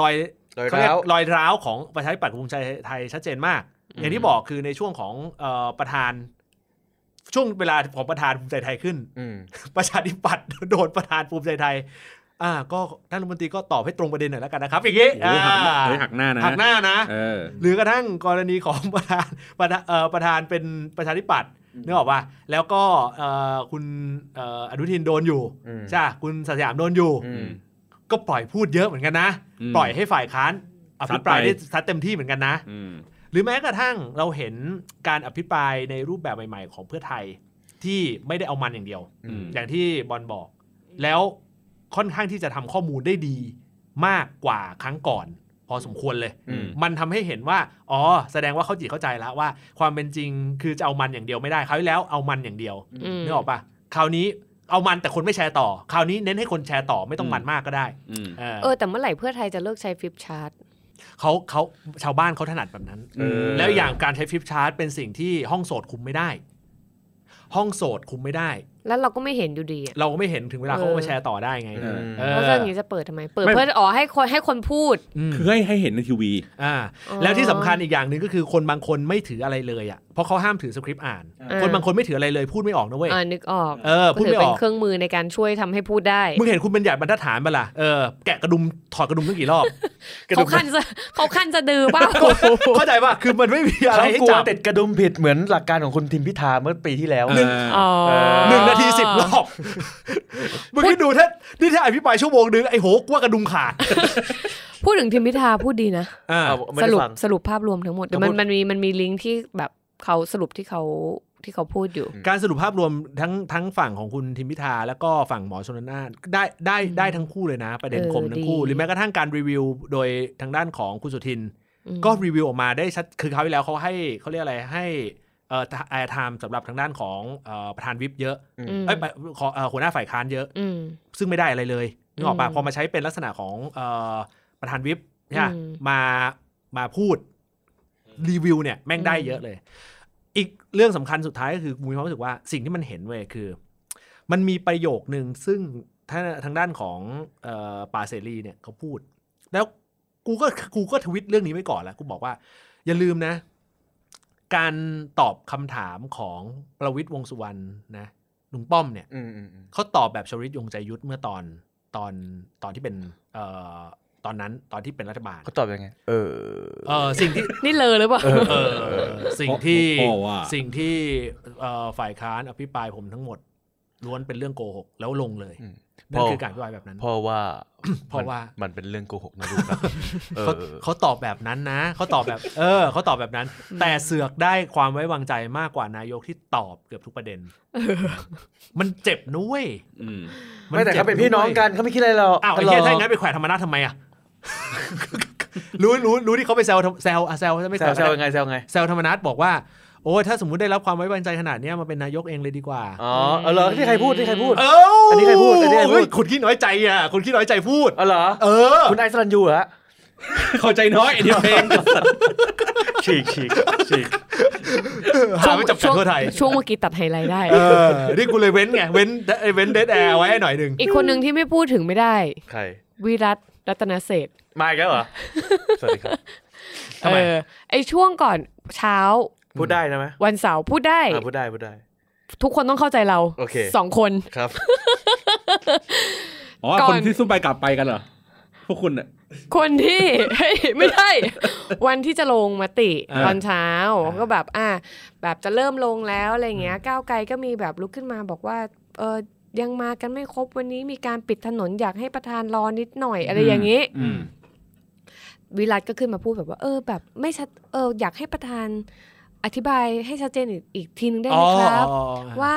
รอย
รอย
เขาเรียก
ร้าว
รอยร้าวของประชาธิปัตย์กับภูมิใจไทยชัดเจนมาก อย่างที่บอกคือในช่วงของเอ่อประธาน ช่วงเวลาของประธานภูมิใจไทยขึ้น
อืม
ประชาธิปัตย์โดนประธานภูมิใจไทย อ่า ก็ท่านรัฐมนตรีก็ตอบให้ตรงประเด็นหน่อยแล้วกันนะครับอย่างนี้
โอ้โหหักหน้าเฮ้ยหักหน้านะ
หักหน้านะ
เออ
หรือกระทั่งกรณีของ ประธานประธานเอ่อประธานเป็นประชาธิปัตย์นึกออกป่ะแล้วก็เอ่อคุณเอ่ออนุทินโดนอยู่
อืม
ใช่ปะคุณสยามโดนอยู่
อืม
ก็ปล่อยพูดเยอะเหมือนกันนะ
อืม
ปล่อยให้ฝ่ายค้านอภิปราย
ซัดไป
ได้ซัดเต็มที่เหมือนกันนะ
อืม
หรือแม้กระทั่งเราเห็นการอภิปรายในรูปแบบใหม่ ๆ ของเพื่อไทยที่ไม่ได้เอามันอย่างเดียว
อืม
อย่างที่บอลบอก แล้วค่อนข้างที่จะทำข้อมูลได้ดีมากกว่าครั้งก่อน พอสมควรเลย
อืม
มันทำให้เห็นว่า อ๋อ แสดงว่าเขาจิตเข้าใจแล้วว่า ความเป็นจริงคือจะเอามันอย่างเดียวไม่ได้คราวที่แล้วเอามันอย่างเดียว
ม
นึกออกปะคราวนี้เอามันแต่คนไม่แชร์ต่อ คราวนี้เน้นให้คนแชร์ต่อไม่ต้องมันมากก็ได้
อืม
เออ
เออแต่เมื่อไหร่เพื่อไทยจะเลิกใช้ฟลิปชาร์ต
เขาเขาชาวบ้านเขาถนัดแบบนั้น
เออ
แล้วอย่างการใช้ฟลิปชาร์ตเป็นสิ่งที่ห้องโสดคุมไม่ได้ ห้องโสดคุมไม่ได้
แล้วเราก็ไม่เห็นอยู่ดีอะ
เราก็ไม่เห็นถึงเวลา
เออ
เขาก็มาแชร์ต่อได้ไง
เออ
เออ
แล้วเรื่องอย่างนี้จะเปิดทำไม เปิด
ไม่
เพื่ออ๋อให้คนให้คนพูด
ม
คือให้ให้เห็นในทีวี
อ่า
อ๋อ
แล้วที่สำคัญอีกอย่างหนึ่งก็คือคนบางคนไม่ถืออะไรเลยอ่ะเพราะเขาห้ามถือสคริปต์อ่าน
เอ
คนบางคนไม่ถืออะไรเลยพูดไม่ออกนะเว้ย
อ่านึกออก
เออ
ก็
พูด
ถือ
ไม่อ
เป็น
อก
เครื่องมือในการช่วยทำให้พูดได้
มึงเห็นคุณเป็นใหญ่บรรทัดฐานปะล่ะเออแกะกระดุมถอดกระดุมตั้งกี่รอบ
เขาคันจะเขาคันจะดือเปล่า
เข้าใจป่ะคือมันไม่มีอะไร
เขา
ให้
กลัว
จับ
ติดกระดุมผิดเหมือนหลักการของคุณทิมพิธาเมื่อปีที่แล้ว
หนึ่ง
อ๋อ
หนึ่งนาทีสิบรอบมึงคิดดูถ้านี่ถ้าอภิปรายชั่วโมงนึง ไอ้โหกว่ากระดุมขาด
พูดถึงทิมพิธาพูดดีนะ
อ่า
ไม่
ส
ได้
รุป
ฟัง
สรุปภาพรวมทั้งหมดแต่
ก็
มั
พู
น
ด
มันมีมันมีลิงก์ที่แบบเขาสรุปที่เขาที่เขาพูดอยู่
การสรุปภาพรวมทั้งทั้งฝั่งของคุณทิมพิธาแล้วก็ฝั่งหมอชนน่านได้ได้ได้ทั้งคู่เลยนะ ประเด็น
เออ
คมทั้งคู่
ดี
หรือแม้กระทั่งการรีวิวโดยทางด้านของคุณสุทิน
อืม
ก็รีวิวออกมาได้ชัดคือเขาวที่แล้วเขาให้เขาเรียกอะไรให้เอ่อไอทามสำหรับทางด้านของเอ่อประธานวิปเยอะ
อืม
เอ้ยไปขอเอ่อหัวหน้าฝ่ายค้านเยอะ
อืม
ซึ่งไม่ได้อะไรเลยนึกออกปะ
อืม
พอมาใช้เป็นลักษณะของเออประธานวิปเนี่ย
อืม
มามาพูดรีวิวเนี่ยแม่งได้
อืม
เยอะเลย อีกเรื่องสำคัญสุดท้ายก็คือมูมีความรู้สึกว่าสิ่งที่มันเห็นเว้ยคือ มันมีประโยคหนึ่งซึ่งถ้าทางด้านของเออป่าเสรีเนี่ยเขาพูด แล้วกูก็กูก็ทวิตเรื่องนี้ไว้ก่อนแล้วกูบอกว่า อย่าลืมนะ การตอบคำถามของประวิตยวงษ์สุวรรณนะลุงป้อมเนี่ย
อืมอืมอืม
เขาตอบแบบชวลิตยงใจยุทธเมื่อตอนตอนตอนที่เป็นเอ่อตอนนั้นตอนที่เป็นรัฐบาล
เขาตอบยังไง เออ
เออสิ่งที่
นี่เลอหรือเปล่า
เออสิ่งที่
เพราะว่า
สิ่งที่เอ่อฝ่ายค้านอภิปรายผมทั้งหมด ล้วนเป็นเรื่องโกหกแล้วลงเลย
อืม
นั่นคือการอภิปรายแบบนั้น
เพราะว่า
เพราะว่า
นเป็นเรื่องโกหกนะลูก นะเออ
เขาเขาตอบแบบนั้นนะเขาตอบแบบ เออเขาตอบแบบนั้น แต่เสือกได้ความไว้วางใจมากกว่านายกที่ตอบเกือบทุกประเด็น มันเจ็บนุ้ย
อืม
น
ไม่แต่เขาเป็น
จ็
พี่
บะว้ย
น้องกันเขาไม่คิดอะไรหรอก
อ้าวไอ้เหี้ยถ้าอย่างนั้นไปแขวะธรรมนัตทำไมอ่ะ รู้รู้รู้ที่เขาไปแซวทำแซวอะแซวไม่
แซ
แซ
ว
ว
แซวยังไงแซวไง
แซวธรรมนัตบอกว่า โอ้ยถ้าสมมติได้รับความไว้วางใจขนาดเนี้ยมาเป็นนายกเองเลยดีกว่า
อ๋อเออเหรอที่ใครพูดที่ใครพูด
เอ้า
อันนี้ใครพูดอันนี้ใครพูด
เฮ้ยคนขี้น้อยใจอ่ะคนขี้น้อยใจพูด
เออเหรอ
เออ
คุณไอซ์รันยูเหรอ
เข้าใจน้อยไอ้เนี่ยเพลง
ฉี กฉีกฉีก
หาไม่จับกัดทั่วไทย
ช่วงเมื่อกี้ตัดไฮไลท์ได้
เออ นี่กูเลยเว้นไง เว้นเอ้ยเว้นเดดแอร์ไว้ให้หน่อยหนึ่ง
อีกคนหนึ่งที่ไม่พูดถึงไม่ได้
ใคร
วิรัตรัตนเศรษฐ์
มาอีกแล้ว เหรอ สวัสดีครับ
ทำไม
เออไอช่วงก่อนเช้า
พูดได้นะไหม
วันเสาร์พูดได้
อ่าพูดได้พูดได้
ทุกคนต้องเข้าใจเรา
โอเค
สองคน
ครับ
อ๋อ
ก่อน
คนที่ซุ่มไปกลับไปกันเหรอ พวกคุณอ่ะ
คนที่ เฮ้ยไม่ใช่ วันที่จะลงมติ
อ่า
ตอนเช้าก็แบบอ่ะแบบจะเริ่มลงแล้วอะไรเงี้ย ก้าวไกลก็มีแบบลุกขึ้นมาบอกว่าเออยังมากันไม่ครบวันนี้มีการปิดถนนอยากให้ประธานรอนิดหน่อยอะไรอย่างนี้
อืม
วิรัตก็ขึ้นมาพูดแบบว่า เออ แบบไม่ชัดเอออยากให้ประธานอธิบายให้ชัดเจนอีกอีกทีนึงได้ไหมครับ
อ๋ออ๋ออ๋อ
ว่า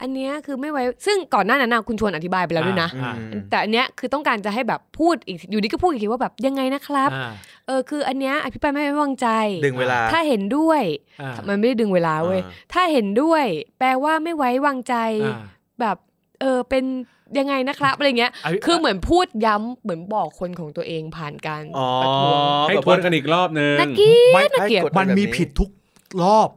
อันเนี้ยคือไม่ไว้ซึ่งก่อนหน้านั้นนะคุณชวนอธิบายไปแล้วด้วยนะ
อ่า
แต่อันเนี้ยคือต้องการจะให้แบบพูดอีกอยู่ดีก็พูดอีกทีว่าแบบยังไงนะครับ
อ่า
เออคืออันเนี้ยอภิปรายไม่ไว้วางใจ
ดึงเวลา
ถ้าเห็นด้วย
อ่า
มันไม่ได้ดึงเวลาเว้ย
อ่า
ถ้าเห็นด้วย แปลว่าไม่ไว้วางใจ
อ่า
แบบเออเป็นยังไงนะครับอะไรเงี้ย
อภิ
คือเหมือนพูดย้ำเหมือนบอกคนของตัวเองผ่านการ
อ๋อ
ประท้วง
ให้ทวนกันอีกรอบนึง
นักกี
ไม่
นักเกียรติ
มันมีผิดทุกรอบ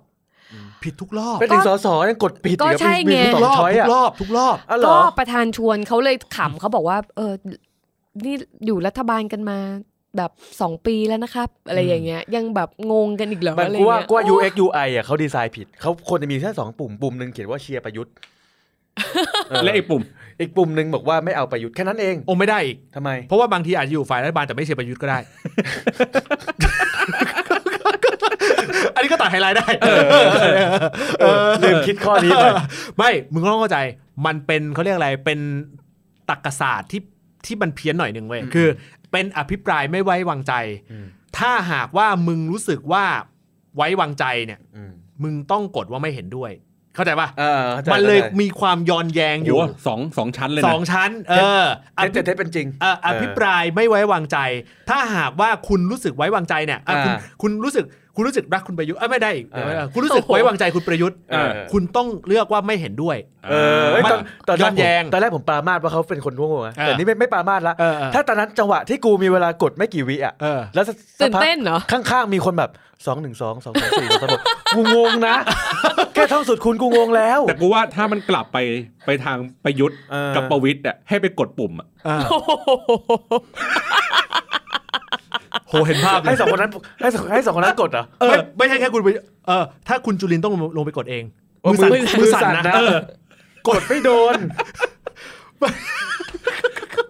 ผิดทุกรอบ
เป็นถึงสอสอยังกดปิด
ก็
อีอะ
ใช่
มี
ไง
มีส
ทุ
อก
รอบ
ช้อย
ทุ
อ่ะ
กรอบทุกรอบ
อ๋อเหร
ก็
อ
ประธานชวนเขาเลยขำเขาบอกว่า เออนี่อยู่รัฐบาลกันมาแบบสองปีแล้วนะครับ อะไรอย่างเงี้ย ยังแบบงงกันอีกเหรอ
มัน
อะไร
กูว่า
เงี้ย
กูว่า UX UI อ่ะเขาดีไซน์ผิด เขาควรจะมีแค่สองปุ่ม ปุ่มหนึ่งเขียนว่าเชียร์ประยุท ธ์เออ
และไอ้ปุ่ม
อีกปุ่มหนึ่งบอกว่าไม่เอาประยุทธ์แค่นั้นเอง
โอ้ไม่ได้อีก
ทำไม
เพราะว่าบางทีอาจจะอยู่ฝ่ายรัฐบาลแต่ไม่เชียร์ประยุทธ์ก็ได้ อันนี้ก็ตัดไฮไลท์ได้
เออลืมคิดข้อนี้ไป
ไม่ มึงต้องเข้าใจ มันเป็นเขาเรียกอะไร เป็นตรรกศาสตร์ที่ที่มันเพี้ยนหน่อยหนึ่งเว้ย คือ เป็นอภิปรายไม่ไว้วางใจ ถ้าหากว่ามึงรู้สึกว่า ไว้วางใจเนี่ย
อืม
มึงต้องกดว่าไม่เห็นด้วย เข้าใจปะ
เออข้าใจ
มันเลย
ข้าใจ
มีความย้อนแยงอยู่
โอ้โหสองสองชั้นเลย
ส
นะ
องชั้น เอออ
เท็จ
ภิ
แต่เท็จเป็นจริง
เอ่ออภิปรายไม่ไว้วางใจ ถ้าหากว่าคุณรู้สึกไว้วางใจเนี่ยอ่ะคุณ
อ่า
คุณรู้สึกคุณรู้สึกรักคุณประยุทธ์เอ้ยไม่ได้อีก
เออ
เออคุณรู้สึกไว้วางใจคุณประยุทธ์
เออ
คุณต้องเลือกว่าไม่เห็นด้วย
เออเอ้ยตอนตอนแร
ย้
ก
อน
ผ
แยง
มตอนแรกผมปรามาสว่าเขาเป็นคนโง่ไง
เออ
แต่นี่ไม่ไม่ปรามาสละ
เออเออ
ถ้าตอนนั้นจังหวะที่กูมีเวลากดไม่กี่วิอ่ะ
เออ
แล้วสักสั
ตื่
ก
น
พัก
เต้นเหรอ
ข้างๆมีคนแบบสองหนึ่งสองสองสองสี่สองสามหกกูงง นะ แค่ท่องสุดคุณกูงงแล้ว
แต่กูว่าถ้ามันกลับไปไปทางประยุทธ์
เออ
กับประวิทย์อ่ะให้ไปกดปุ่มอ่ะ
อ่าโหเห็นภาพเล
ให้
ย
สองคนนั้นให้สองให้สองคนนั้นกดเหรอ
เออไม่ใช่แค่คุณไปเออถ้าคุณจุลินต้องลงไปกดเอง
โอ้มือ
มือ
มือสั่
สั่น
น
นะ
นะ
เออ
กดไม่โดน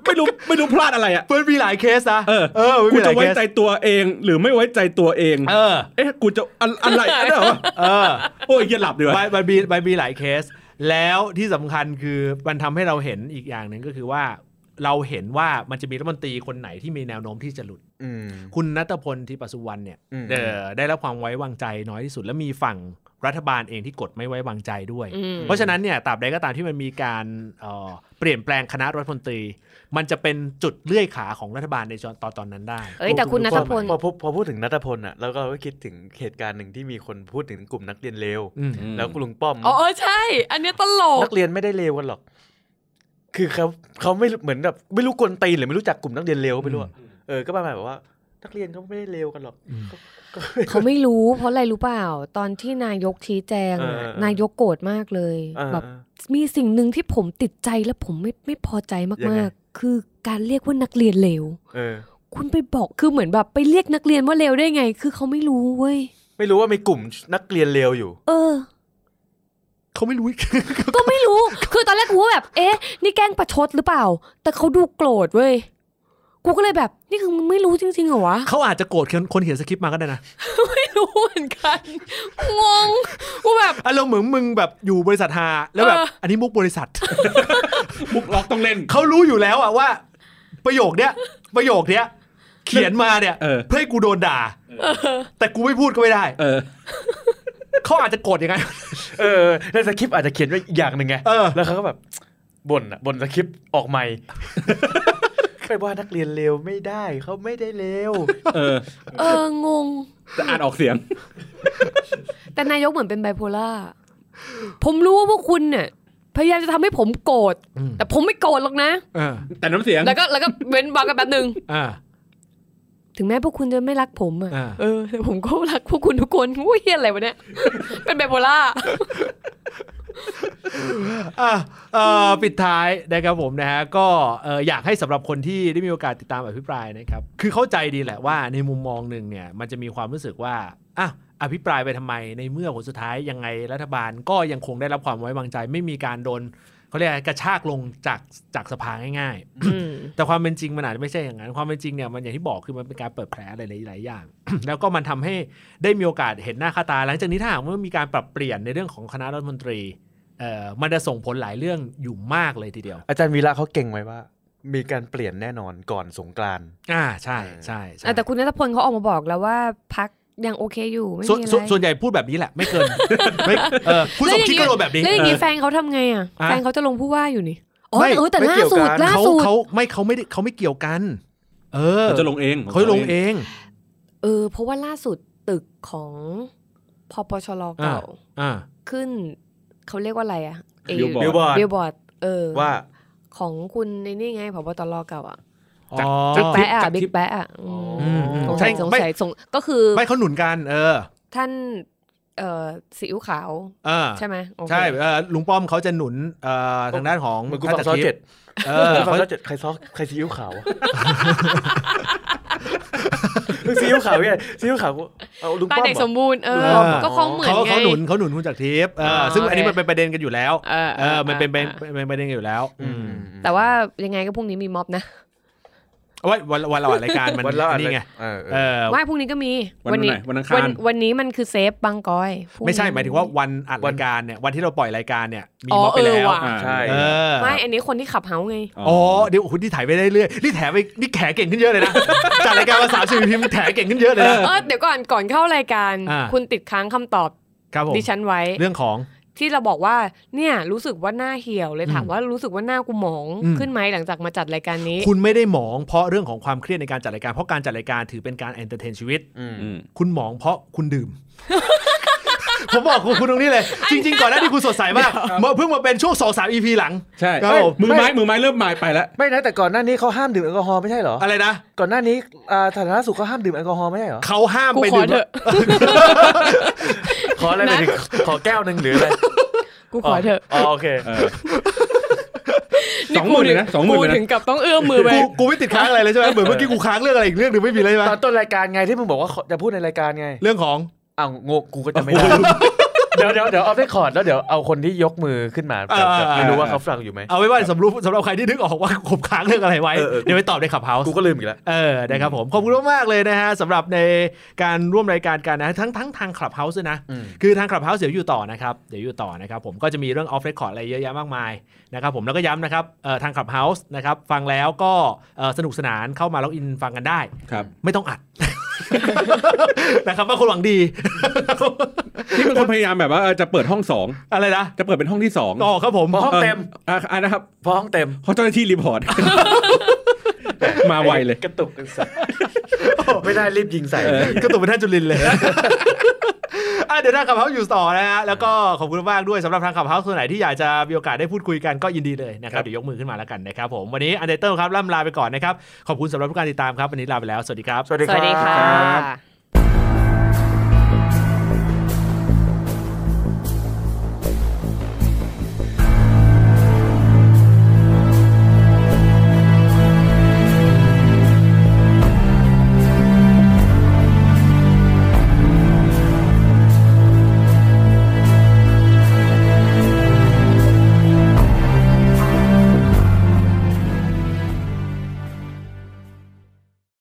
ไม่รู้ไม่รู้พลาดอะไรอ่ะ
มันมีหลายเคสนะ
เออ
เออมัน
กู
มีห
จะ
ลาย
ไว้
เคส
ใจตัวเองหรือไม่ไว้ใจตัวเอง
เออ
เอ๊ะกูจะอะอะไรอันนั้นเหรอ
เออ
โอ้ยอย่าหลับดีกว่า
มันมันมีมันมีหลายเคส แล้วที่สำคัญคือมันทำให้เราเห็นอีกอย่างหนึ่งก็คือว่า เราเห็นว่ามันจะมีรัฐมนตรีคนไหนที่มีแนวโน้มที่จะหลุด
อืม
คุณนัทพลทิปสุวรรณเนี่ย
อืม
เออได้รับความไว้วางใจน้อยที่สุด และมีฝั่งรัฐบาลเองที่กดไม่ไว้วางใจด้วย
อืม
เพราะฉะนั้นเนี่ยตราบใดก็ตามที่มันมีการเอ่อเปลี่ยนแปลงคณะรัฐมนตรี มันจะเป็นจุดเลื่อยขาของรัฐบาลในตอนตอนนั้นได้
เอ้ยแต่คุณนัทพล
พอพอพอพูดถึงนัทพลอ่ะแล้วก็เราก็คิดถึงเหตุการณ์หนึ่งที่มีคนพูดถึงกลุ่มนักเรียนเลว
อืม
แล้วคุณลุงป้อม
อ๋อเออใช่ อันเนี้ยตลก
นักเรียนไม่ได้เลวกันหรอก คือเขาเขาไม่เหมือนแบบไม่รู้กวนตีนหรือไม่รู้จักกลุ่มนักเรียนเลวไม่รู้อะเออ ก็ประมาณแบบว่า นักเรียนเขาไม่ได้เลวกันหรอก
เขาไม่รู้ เพราะอะไรรู้เปล่า ตอนที่นายกชี้แจงอะ
เออเออ
นายกโกรธมากเลย
เออ
แบบ มีสิ่งหนึ่งที่ผมติดใจและผมไม่ไม่พอใจ
ยังไง
มากๆ คือการเรียกว่านักเรียนเลว
เออ
คุณไปบอกคือเหมือนแบบไปเรียกนักเรียนว่าเลวได้ไง คือเขาไม่รู้เว้ย
ไม่รู้ว่ามีกลุ่มนักเรียนเลวอยู่
เออ
เขาไม่รู้
ก็ไม่รู้ คือตอนแรกกูก็แบบ เอ๊ะ นี่แกล้งประชดหรือเปล่า แต่เขาดูโกรธเว้ย กูก็เลยแบบ นี่คือมึงไม่รู้จริงๆเหรอวะ
เขาอาจจะโกรธคนคนเขียนสคริปต์มาก็ได้นะ
ไม่รู้เหมือนกัน งง กูแบบ
อารมณ์เหมือนมึงแบบอยู่บริษัทฮาแล้วแบบ
เอออั
อันนี้มุกบริษัท
มุกล็อกต้องเล่น
เขารู้อยู่แล้วอะว่า ประโยคเนี้ยประโยคเนี้ย เขียนมาเนี่ย
เออ
เพื่อให้กูโดนด่าแต่กูไม่พูดก็ไม่ได้
เออ
เขาอาจจะโกรธยังไง
เออในสคริปต์อาจจะเขียนไว้อีกอย่างหนึ่งไง
เออ
แล้วเขาก็แบบบ่นอะบ่นสคริปต์อ อกใหม่ ไปว่านักเรียนเลวไม่ได้เขาไม่ได้เลว
เออ
เออ งง
จะอ่านออกเสียง
แต่นายกเหมือนเป็นไบโพล่า ผมรู้ว่าพวกคุณเนี่ยพยายามจะทำให้ผมโกรธ
อืม
แต่ผมไม่โกรธหรอกนะ
เออ
แต่น้ำเสียง
แล้วก็แล้วก็เว้นวางกันแป๊บหนึ่ง
อ่า
ถึงแม้พวกคุณจะไม่รักผมอะ
อ่า
เออแต่ผมก็รักพวกคุณทุกคนอุ้ยเฮียอะไรวะเนี่ย เป็นไบโพล่า
อ่ะเอ่อปิดท้ายนะครับผมนะฮะก็เอ่ออยากให้สำหรับคนที่ได้มีโอกาสติดตามอภิปรายนะครับคือเข้าใจดีแหละว่าในมุมมองหนึ่งเนี่ยมันจะมีความรู้สึกว่าอ่ะอภิปรายไปทำไมในเมื่อผลสุดท้ายยังไงรัฐบาลก็ยังคงได้รับความไว้วางใจ ไม่มีการโดนเขาเรียกอะไรกระชากลงจากจากสภาง่าย ๆ แต่ความเป็นจริงมันอาจจะไม่ใช่อย่างนั้น ความเป็นจริงเนี่ยมันอย่างที่บอกคือมันเป็นการเปิดแผลหลายๆอย่าง แล้วก็มันทำให้ได้มีโอกาสเห็นหน้าค่าตา หลังจากนี้ถ้าหากว่ามีการปรับเปลี่ยนในเรื่องของคณะรัฐมนตรีเอ่อมันจะส่งผลหลายเรื่องอยู่มากเลยทีเดียว
อาจารย์วีระเขาเก่งไว้ว่า มีการเปลี่ยนแน่นอนก่อนสงกรานต์
อ่าใช่ใช่ใช่
อ่ะแต่คุณนัทพลเขาออกมาบอกแล้วว่าพักยังโอเคอยู่ไม่
ส่วน
มีอะไร
ส่วนส่วนใหญ่พูดแบบนี้แหละไม่เกิน ไม่เออผู้สมคิดก็โดนแบบนี้
แล้วอย่างงี้แฟนเขาทำไงอ่ะ
อ่ะ
แฟนเขาจะลงผู้ว่าอยู่นี่อ๋อ
ไม่
เออแต่
ไม่
ล่า
เกี่ยว
สุด
กัน
ล่า
เขา
สุด
เขาไม่เขาไม่ได้เขาไม่เกี่ยวกัน เออ
เขาจะลงเอง
เขาลงเอง
เออเพราะว่าล่าสุดตึกของพปชรเก่า
อ่ะ อ่า
ขึ้นเขาเรียกว่าอะไรอ่ะเ
บิวบอ
บิล
ร์ด
บอร์ด
บิลบอร์ดเออ
ว่า
ของคุณในนี่ไงพบตรเก่าอ่ะ
จาก
บิ๊ก
จาก
แปะอ่ะบิ๊กแปะอ่ะอืม
อืมอืม
สง
ใช่
สัยสง
ไม่
สัยสงก็คือ
ไม่เขาหนุนกัน เออ
ท่านเอ่อซีอิ๊วขาว
เออ
ใช่ไหมโอเค
ใช่เอ่อลุงป้อมเขาจะหนุนเอ่อทางด้านของ
เหมือนกู
ท่า
ฟังซอ
ทิพย์
เจ็ด
เอ
เอ
อ
อฟัง
เขา
ซอเจ็ดใครซอใครซีอิ๊วขาวอะ มึงซีอิ๊วขาวยังไงซีอิ๊วขาวกูเอาลุง
ตา
ป้อม
เด็ก
เหร
ส
อ
มบูรณ์เออ
ลุงป้อม
ก็คล้องเหมือน
เขา
ไง
เขาหนุนเขาหนุนคุณจากทิพย์เอออ
อ
ซึ่ง
โอเค
อันนี้มันเป็นประเด็นกันอยู่แล้ว
เออ
เออมันเป็นเป็นเป็นเป็นประเด็นกันอยู่แล้ว
อืม
อืม
แต่ว่ายังไงก็พรุ่งนี้มีม็อบนะ
เอาไว้วันวันละวันรายการมัน
วันละ
อันนี่ไง
เออเอ
เอ
อ
อ
ไม่พรุ่งนี้ก็มี
วัน
นี้
ไหนวันอังคาร
วันนี้มันคือเซฟบางกอยพรุ่นี้
ไม่ใช่หมายถึงว่าวันอัดรายการเนี่ยวันที่เราปล่อยรายการเนี่ยมี
อ๋อ
ม็อบไป
เออ
แล้ว
ว่ะ
อ่า
ใช่
เออ
ไม่อันนี้คนที่ขับเฮาไง
อ๋อเดี๋ยวคุณที่ถ่ายไปเรื่อยๆนี่แถไปนี่แขเก่งขึ้นเยอะเลยนะ จัดรายการภาษาชีวิตพิมพ์แถเก่งขึ้นเยอะเลยนะ
เออเดี๋ยวก่อนก่อนเข้ารายการ
อ่า
คุณติดค้างคำตอบ
ครับผม
ดิฉันไว้
เรื่องของ
ที่เราบอกว่าเนี่ยรู้สึกว่าหน้าเหี่ยวเลยถาม
อืม
ว่ารู้สึกว่าหน้ากูหมอง
อืม
ขึ้นไหมหลังจากมาจัดรายการนี้
คุณไม่ได้หมองเพราะเรื่องของความเครียดในการจัดรายการเพราะการจัดรายการถือเป็นการเอนเตอร์เทนชีวิต
อืม
อืม
คุณหมองเพราะคุณดื่ม ผมบอกคุณคุณตรงนี้เลย จริง ๆ ก่อนหน้าที่คุณสดใสมากมาเพิ่งมาเป็นช่วงสองสามอีพีหลัง
ใช่
ครับผม
มือไม้มือไม้เริ่มไม้ไปแล้ว
ไม่นะแต่ก่อนหน้านี้เขาห้ามดื่มแอลกอฮอล์ไม่ใช่เหรอ
อะไรนะ
ก่อนหน้านี้อ่าสาธารณสุขเขาห้ามดื่มแอลกอฮอล์ไม่ใช่เหรอ
เขาห้าม
กู
ไป
ขอ
ดื่ม
เถอะ
ขออะไรหน่อยดิขอแก้วหนึ่งหรือ อะไร
กูขอเถอะ
อ๋อโอเค
เออ สองหมื่นเลยนะสองหมื่น
กู
เลยนะ
ถึงกับต้องเอื้อมมือไป
กูกูไม่ติดค้างอะไรเลยใช่ไหมเหมือนเมื่อกี้กูค้างเรื่องอะไรอีกเรื่องหนึ่งไม่มีเลยใช่ไหม
ตอนต้นรายการไงที่มึงบอกว่าจะพูดในรายการไง
เรื่องของ
อ้าวงงกูก็จะไม่ได้ เดี๋ยวเดี๋ยวเดี๋ยวเอาไปคอร์ดแล้วเดี๋ยวเอาคนที่ยกมือขึ้นมาแต่แต่ไม่รู้ว่าเขาฝรั่งอยู่ไหม
เอาไว้ว่าสำหรับสำหรับใครที่นึกออกว่าผมค้างเรื่องอะไรไว้
เออเออ
เดี๋ยวไปตอบในขับเฮา
กู
ส์
ก็ลืมอีกแล้ว
เออนะครับผมขอบคุณมากๆเลยนะฮะสำหรับในการร่วมรายการกันนะทั้งทั้งทางขับเฮาส์ด้วยนะ คือทางคลับเฮาส์เดี๋ยวอยู่ต่อนะครับ เดี๋ยวอยู่ต่อนะครับผมก็จะมีเรื่องออฟเรคคอร์ดอะไรเยอะแยะมากมายนะครับผมแล้วก็ย้ำนะครับเอ่อทางคลับเฮาส์นะครับฟังแล้วก็เอ่อสนุกสนานเข้ามาล็อกอินฟังกันได้
ครับ
ไม่ต้องอัด นะครับว่าคนหวังดี
นี่เป็นคนพยายามแบบว่าเออจะเปิดห้องสอง
อะไรนะ
จะเปิดเป็นห้องที่สอง
อ๋อครับผม
เพราะห้องเต็ม
อ่ะอ่ะนะครับ
เพราะห้องเต็ม
เพราะเจ้าหน้าที่รีพอร์ต มาไวเลย
กระตุกกันสัตว์ ไม่ได้รีบยิงใส่
กระตุกเป็นท่านจุลินเลย อ่ะเดี๋ยวทางคลับเฮาส์อยู่ต่อนะฮะแล้วก็ขอบคุณมากด้วยสำหรับทางคลับเฮาส์ตัวไหนที่อยากจะมีโอกาสได้พูดคุยกันก็ยินดีเลยนะครับเดี๋ยวยกมือขึ้นมาแล้วกันนะครับผมวันนี้อันเดอร์เติลครับล่ำลาไปก่อนนะครับขอบคุณสำหรับทุกการติดตามครับวันนี้ลาไปแล้วสวัสดีครับ
สวัสดี
ส
ค
วัสดี
รับ
ค่ะ